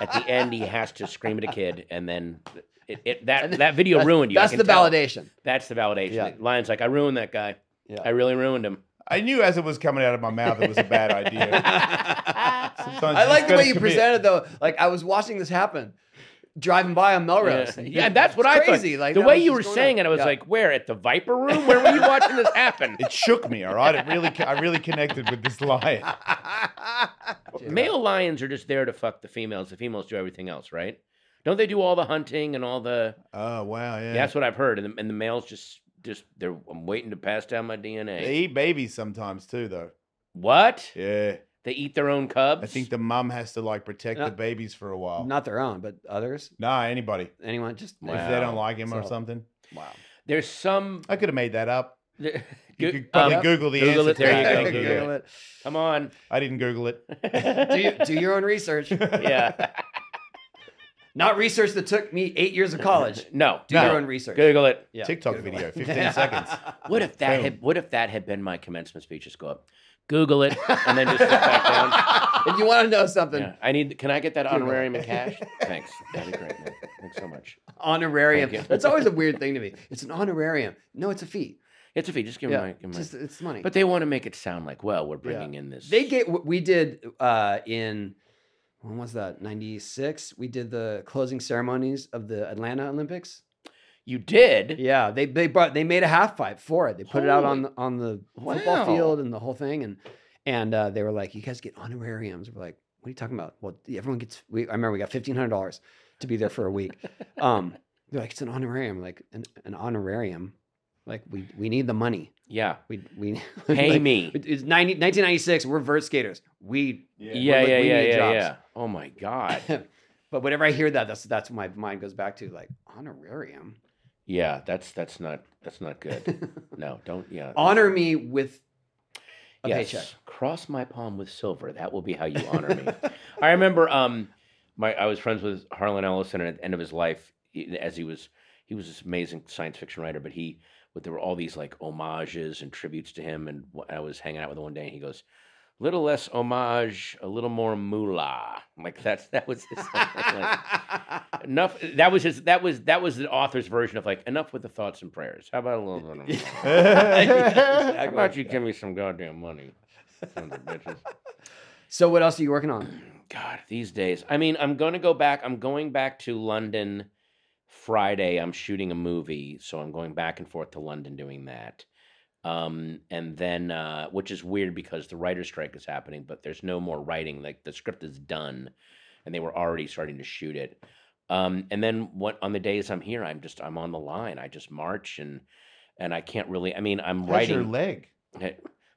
only- at the end, he has to scream at a kid, and then it, it, that
And
that video
That's-
ruined you. I
That's
can
the
tell.
validation.
That's the validation.
Yeah.
Lion's like, I ruined that guy.
Yeah.
I really ruined him.
I knew as it was coming out of my mouth, it was a bad idea.
yeah,
Sometimes
I
you
like the
just gotta
way you
commit.
presented though. Like I was watching this happen, driving by on Melrose.
Yeah, that's what
It's
I thought.
crazy, Like
the
that
way
was
you
just
were
going
saying
on.
it, I was
Yeah.
like, "Where at the Viper Room? Where were you watching this happen?"
It shook me, all right. It really, I really connected with this lion.
Male lions are just there to fuck the females. The females do everything else, right? Don't they do all the hunting and all the?
Oh wow, yeah.
That's what I've heard, and the, and the males just just they're. I'm waiting to pass down my DNA.
they eat babies sometimes too, though.
what?
Yeah,
They eat their own cubs.
I think the mum has to like protect
Uh,
Yeah.
the babies for a while.
not their own, but others.
Nah, anybody
Anyone just
Wow.
if they don't like him or
So-
something.
wow.
there's some.
I could have made that up.
there-
You
Go-
could probably
um,
Google the
Google
answer.
it,
to
there you
that.
go,
Thank
Google
it.
come on.
I didn't Google it.
Do, you, do your own research.
yeah.
Not research that took me eight years of college.
No.
Do
no.
your own research.
Google it.
Yeah.
TikTok
Google
video,
it.
15 seconds.
What if that
Boom.
had? What if that had been my commencement speech? Just go up, Google it, and then just sit back down.
if you want to know something,
Yeah. I need. Can I get that
Google it.
honorarium in cash? Thanks. That'd be great. Man. Thanks so much.
honorarium.
Thank you.
That's always a weird thing to me. It's an honorarium. No, it's a fee.
It's a fee. Just give me
Yeah,
my. Give me my-
just it's money.
But they want to make it sound like, well, we're bringing in this.
They gave we did uh, in when was that? Ninety six. We did the closing ceremonies of the Atlanta Olympics.
you did.
Yeah, they they brought they made a half pipe for it. They put it out on
Holy-
the on the
Wow.
football field and the whole thing, and and uh, they were like, "You guys get honorariums." We're like, "What are you talking about?" Well, everyone gets. We I remember we got fifteen hundred dollars to be there for a week. Um, they're like, "It's an honorarium." Like an, an honorarium. Like we we need the money.
Yeah.
We we
Pay
like,
me.
it- It's 90, 1996. We're vert skaters. We
Yeah,
yeah.
yeah,
like,
yeah,
we
yeah,
need
yeah,
jobs.
Oh my god.
but whenever I hear that, that's that's what my mind goes back to like honorarium.
Yeah, that's that's not that's not good. No, don't. Yeah.
honor me with a
yes.
paycheck.
Cross my palm with silver. That will be how you honor me. I remember um my I was friends with Harlan Ellison and at the end of his life he- as he was he was this amazing science fiction writer but he but there were all these like homages and tributes to him and wh- I was hanging out with him one day and he goes little less homage a little more moolah I'm like that's that was his like, enough that was his that was that was the author's version of like enough with the thoughts and prayers how about a little bit of how about you give me some goddamn money sons of bitches
so what else are you working on?
God, these days. I mean, I'm going to go back. I'm going back to London Friday. I'm shooting a movie, so I'm going back and forth to London doing that. Um, and then, uh, which is weird because the writer's strike is happening, but there's no more writing. Like the script is done, and they were already starting to shoot it. Um, and then what on the days I'm here, I'm just I'm on the line. I just march and and I can't really. I mean, I'm
How's your
writing.
leg?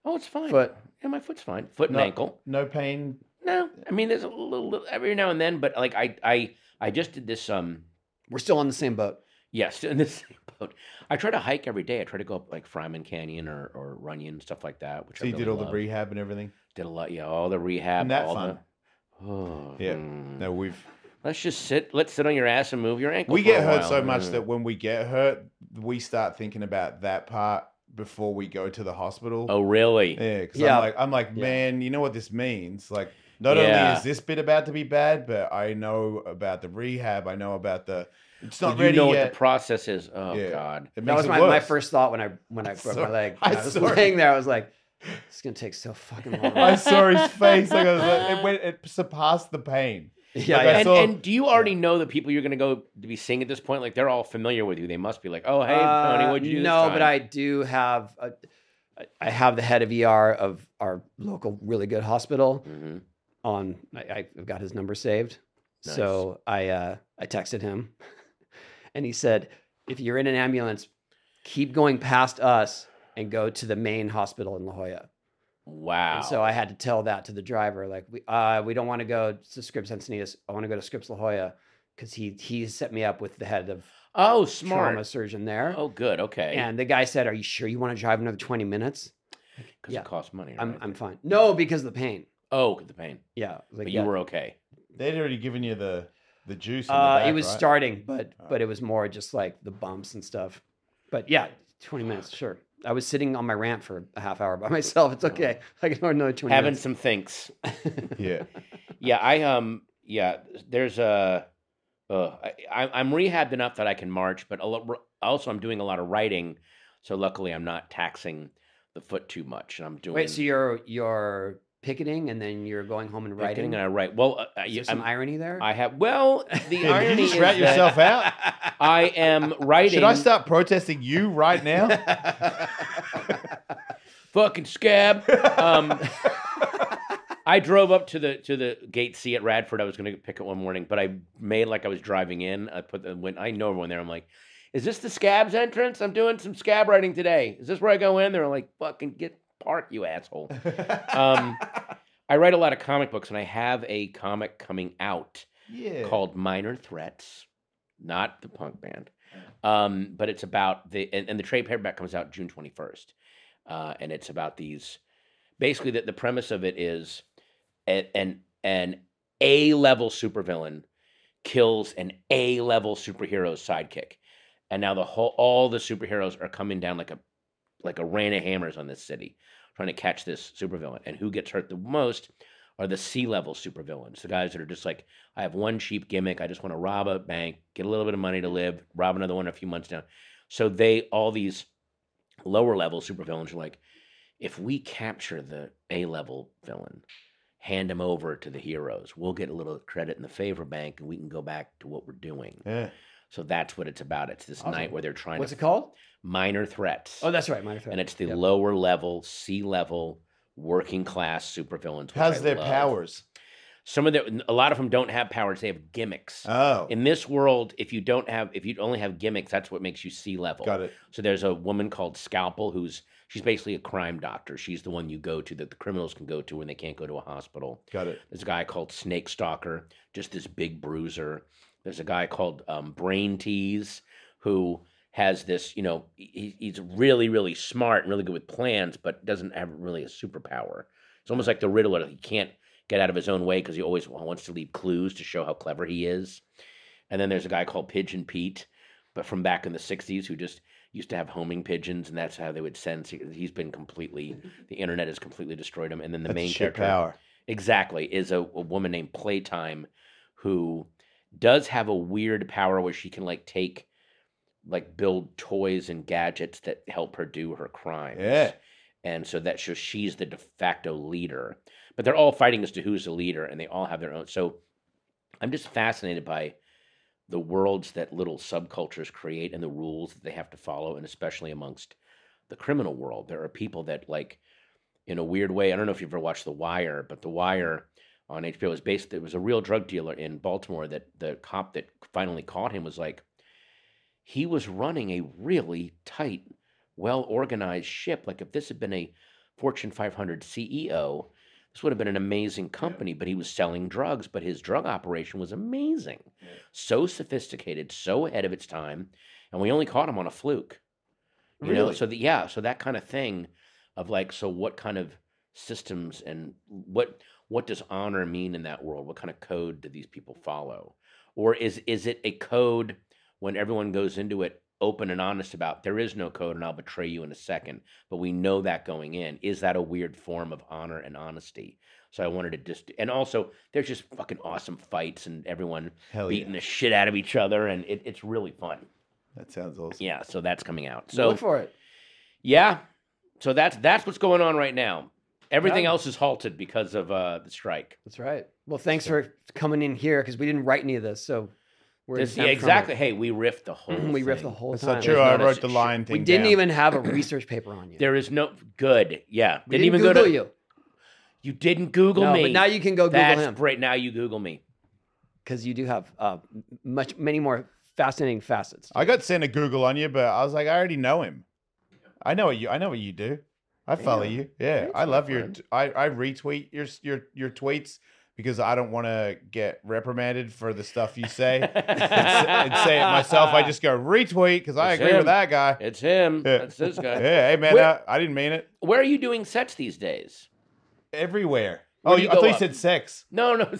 Oh, it's fine.
Foot.
Yeah, my foot's fine. Foot and
No.
ankle.
No pain.
No, I mean there's a little, little every now and then, but like I I I just did this um
We're still on the same boat.
yes in this same boat. I try to hike every day. I try to go up like Fryman Canyon or or Runyon stuff like that. Which
So
I
you
really
did all
love.
the rehab and everything.
Did a lot, yeah. All the rehab.
Isn't that
all
fun?
The, oh,
Yeah.
hmm.
No, we've
Let's just sit. Let's sit on your ass and move your ankle.
we
for a
get hurt
while.
so much
Hmm.
that when we get hurt, we start thinking about that part before we go to the hospital.
Oh really?
Yeah, because
Yeah.
I'm like, I'm like,
Yeah.
man, you know what this means? Like, not
Yeah.
only is this bit about to be bad, but I know about the rehab. I know about the. It's not
Well, you
ready
know
yet.
what the process is. Oh
Yeah.
God.
it
That
makes
was
it
my, my
worse.
first thought when I when I broke
saw-
my leg.
I
I, was
saw it.
laying there. I was like, "It's gonna take so fucking long."
I saw his face. Like, I was like, it went. It surpassed the pain.
yeah,
Like, I
yeah.
And,
saw-
and do you already know the people you're going to go to be seeing at this point? Like they're all familiar with you. They must be like, oh hey, Tony,
Uh,
what'd you do? this
No,
time?"
but I do have. A, I- I have the head of ER of our local really good hospital.
Mhm.
on I, I- I've got his number saved.
Nice.
So I uh, I texted him and he said, if you're in an ambulance, keep going past us and go to the main hospital in La Jolla.
Wow.
And so I had to tell that to the driver, like we uh, we don't want to go to Scripps Encinitas. I want to go to Scripps La Jolla because he he set me up with the head of
oh,
trauma
smart.
surgeon there.
Oh, good. Okay.
And the guy said, "Are you sure you want to drive another twenty minutes?"
Because
yeah.
it costs money.
I'm
right?
I'm fine. No, because of the pain.
oh, the pain.
Yeah, like
But
yeah.
you were okay.
They'd already given you the the juice. in the
Uh, it
back,
was
right?
starting, but
Oh.
but it was more just like the bumps and stuff. But yeah, twenty minutes, sure. I was sitting on my ramp for a half hour by myself.
Oh.
It's okay. I can earn another twenty
Having
minutes.
some thinks.
Yeah,
yeah, I um, yeah. There's a. Uh, I, I- I'm rehabbed enough that I can march, but a lo- also I'm doing a lot of writing, so luckily I'm not taxing the foot too much, and I'm doing.
Wait, so you're you're picketing and then you're going home and
I'm getting-
writing.
and I write. Well, uh,
Is
I,
there some
I'm-
irony there.
I have. Well, the
Yeah, did
irony
you just
is that
rat yourself out.
I am writing.
Should I start protesting you right now?
fucking scab. Um, I drove up to the to the gate C at Radford. I was going to pick it one morning, but I made like I was driving in. I put the when I know everyone there. I'm like, "Is this the scabs entrance? I'm doing some scab writing today. Is this where I go in?" They're like, "Fucking get park, you asshole." Um, I write a lot of comic books, and I have a comic coming out
yeah.
called Minor Threats, not the punk band, um, but it's about the and, and the trade paperback comes out June twenty first, uh, and it's about these. Basically, the, the premise of it is a- an an A level supervillain kills an A level superhero's sidekick, and now the whole all the superheroes are coming down like a like a rain of hammers on this city, trying to catch this supervillain. And who gets hurt the most are the C level supervillains, the guys that are just like, I have one cheap gimmick, I just want to rob a bank, get a little bit of money to live, rob another one a few months down. So they all these lower level supervillains are like, if we capture the A level villain, hand him over to the heroes, we'll get a little credit in the favor bank, and we can go back to what we're doing.
Yeah.
So that's what it's about. It's this
Awesome.
night where they're trying
What's
to
it called?
minor threats.
Oh, that's right, minor threat.
And it's the
Yep.
lower level, C level, working class supervillains. which I
How's their
love.
powers?
Some of the a lot of them don't have powers; they have gimmicks.
Oh,
in this world, if you don't have, if you only have gimmicks, that's what makes you sea level.
got it.
So there's a woman called Scalpel who's she's basically a crime doctor. She's the one you go to that the criminals can go to when they can't go to a hospital.
Got it.
There's a guy called Snake Stalker, just this big bruiser. There's a guy called um, Brain Tease who has this, you know, he, he's really, really smart and really good with plans, but doesn't have really a superpower. It's almost like the Riddler. He can't get out of his own way because he always wa- wants to leave clues to show how clever he is. And then there's a guy called Pigeon Pete, but from back in the 60s who just used to have homing pigeons and that's how they would send he's been completely the internet has completely destroyed him and then the
That's
main
shit
character
power.
exactly is a, a woman named playtime who does have a weird power where she can like take like build toys and gadgets that help her do her crimes
Yeah.
and so that so she's the de facto leader but they're all fighting as to who's the leader and they all have their own so i'm just fascinated by the worlds that little subcultures create and the rules that they have to follow and especially amongst the criminal world there are people that like in a weird way i don't know if you've ever watched the wire but the wire on hbo is based there was a real drug dealer in baltimore that the cop that finally caught him was like he was running a really tight well organized ship. Like if this had been a Fortune 500 CEO, E this would have been an amazing company, but he was selling drugs, but his drug operation was amazing. So sophisticated, so ahead of its time, and we only caught him on a fluke. You know,
Really?
so the, yeah, so that kind of thing of like so what kind of systems and what what does honor mean in that world? What kind of code do these people follow? Or is is it a code when everyone goes into it open and honest about there is no code and I'll betray you in a second, but we know that going in. Is that a weird form of honor and honesty? So I wanted to just and also there's just fucking awesome fights and everyone
Oh,
Hell
beating
yeah.
the shit out of each other and it, it's really fun.
That sounds awesome.
Yeah, so that's coming out.
So
So
look for it.
yeah. So that's that's what's going on right now. Everything
Yeah.
else is halted because of uh, the strike.
That's right. Well, thanks for coming in here because we didn't write any of this, so we're
This- yeah,
exempt from it.
exactly. Hey, we riffed the whole.
we riffed the
thing.
whole
That's
time.
not
There's
true. I
not a
wrote
sh-
the
sh-
line thing.
We didn't
down.
even have a research paper on you.
There is no good. Yeah,
we
didn't, even
Google
go to
you.
You didn't Google
no,
me.
but now you can go
That's
Google him
great. Now you Google me.
because you do have uh, m- much many more fascinating facets.
Uh,
I got sent a Google on you, but I was like, I already know him. I know what you. I know what you do. I follow
Yeah.
you. Yeah,
Thanks,
I
my
love your.
friend.
I, I retweet your your your tweets because I don't want to get reprimanded for the stuff you say. and say it myself. I just go retweet because I
It's
agree
him.
with that guy.
It's him.
Yeah.
That's this
Yeah,
guy.
hey man,
Where-
I, I didn't mean it.
Where are you doing sets these days?
Everywhere.
Where
oh,
do
you,
you
I
go
thought you
up?
said sex.
No, no.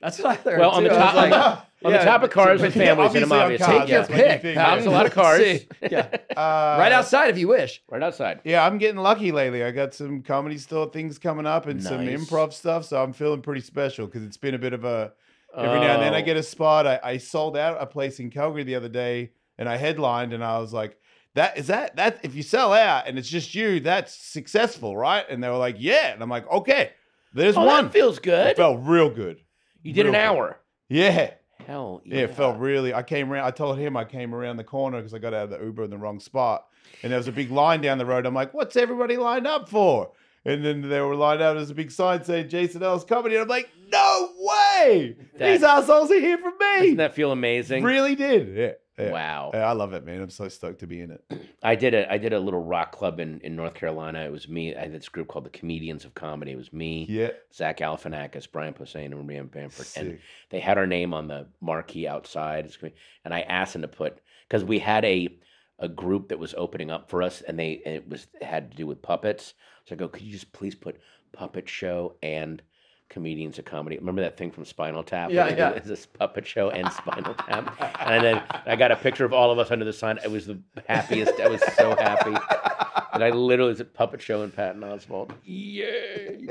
That's what I learned.
Well, on
too.
the
I was
top- on
like,
On the top of cars with
but yeah,
families in them,
obviously I'm
obviously.
take your
cars, that's what you
pick.
think,
pal.
There's a lot of cars.
See, yeah,
Uh,
right outside if you wish.
Right outside.
Yeah, I'm getting lucky lately. I got some comedy store things coming up and some
Nice.
improv stuff, so I'm feeling pretty special because it's been a bit of a every now and then I
Oh.
get a spot. I, I sold out a place in Calgary the other day and I headlined and I was like, that is that that if you sell out and it's just you, that's successful, right? And they were like, yeah. And I'm like, okay, there's
Oh, that
one.
feels
It
good.
felt real good.
You did an
real good.
hour.
Yeah.
Hell
Yeah, it
uh,
felt really. I came around. I told him I came around the corner because I got out of the Uber in the wrong spot, and there was a big line down the road. I'm like, "What's everybody lined up for?" And then they were lined up. There's a big sign saying Jason L's comedy, and I'm like, "No way! These
That-
assholes are here for me."
Doesn't that feel amazing?
really did. Yeah. yeah.
Wow.
Yeah, I love it, man. I'm so stoked to be in it.
I did a I did a little rock club in, in North Carolina. It was me. I had this group called the Comedians of Comedy. It was me,
Yeah.
Zach Galifianakis, Brian Posehn, and Maria Bamford. And
Sick.
they had our name on the marquee outside. It's gonna be- And I asked them to put because we had a a group that was opening up for us, and they and it was had to do with puppets. So I go, could you just please put puppet show and comedians of comedy? Remember that thing from Spinal Tap?
Yeah, yeah.
It's this puppet show and Spinal Tap, and then I got a picture of all of us under the sign. It was the happiest. I was so happy. And I literally was at puppet show and Patton Oswald. Yay!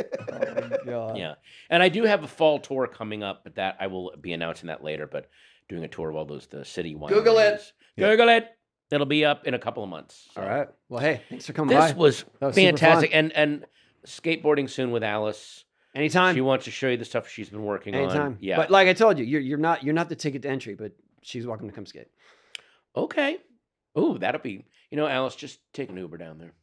God.
Yeah. And I do have a fall tour coming up, but that I will be announcing that later. But doing a tour of all those the city ones.
Google it.
Yeah.
Google it. It'll be up in a couple of months. So
All right. Well, hey, thanks for coming
This
by.
was,
That was super
fantastic.
fun.
And and skateboarding soon with Alice.
Anytime.
She wants to show you the stuff she's been working
Anytime.
on. Yeah.
But like I told you, you're, you're not you're not the ticket to entry, but she's welcome to come skate.
okay. Ooh, that'll be you know, Alice, just take an Uber down there.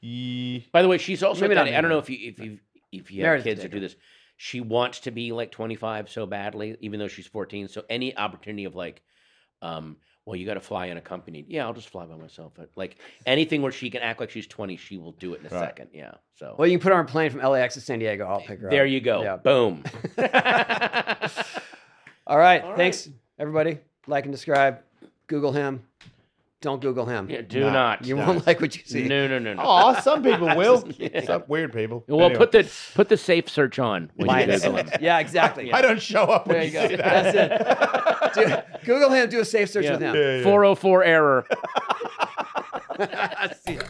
Ye-
By the way, she's also
Maybe
at
not
that- I don't
anymore.
know if you if you if you have
Meredith
kids
did
that do
it.
this. she wants to be like 25 so badly, even though she's 14. So any opportunity of like, um, well, you got to fly unaccompanied. Yeah, I'll just fly by myself. But, Like anything where she can act like she's 20, she will do it in a
Right.
second. Yeah. So
Well, you can put her on a plane from LAX to San Diego. I'll pick her
there
up.
you go.
Yeah.
Boom.
All
All
right.
right.
Thanks, everybody. Like and describe. Google him. Don't Google him.
Yeah, do
Nah,
not.
you
no.
won't like what you see.
no, no, no, no.
Oh, some people will.
Yeah.
Some weird people.
Well, put the put the safe search on when you
Minus.
Google him.
yeah, exactly.
I don't show up when
There
you,
you go.
see
That's
that.
it. Do- Google him. Do a safe search
Yeah.
with him.
Yeah, yeah.
404 error.
See ya.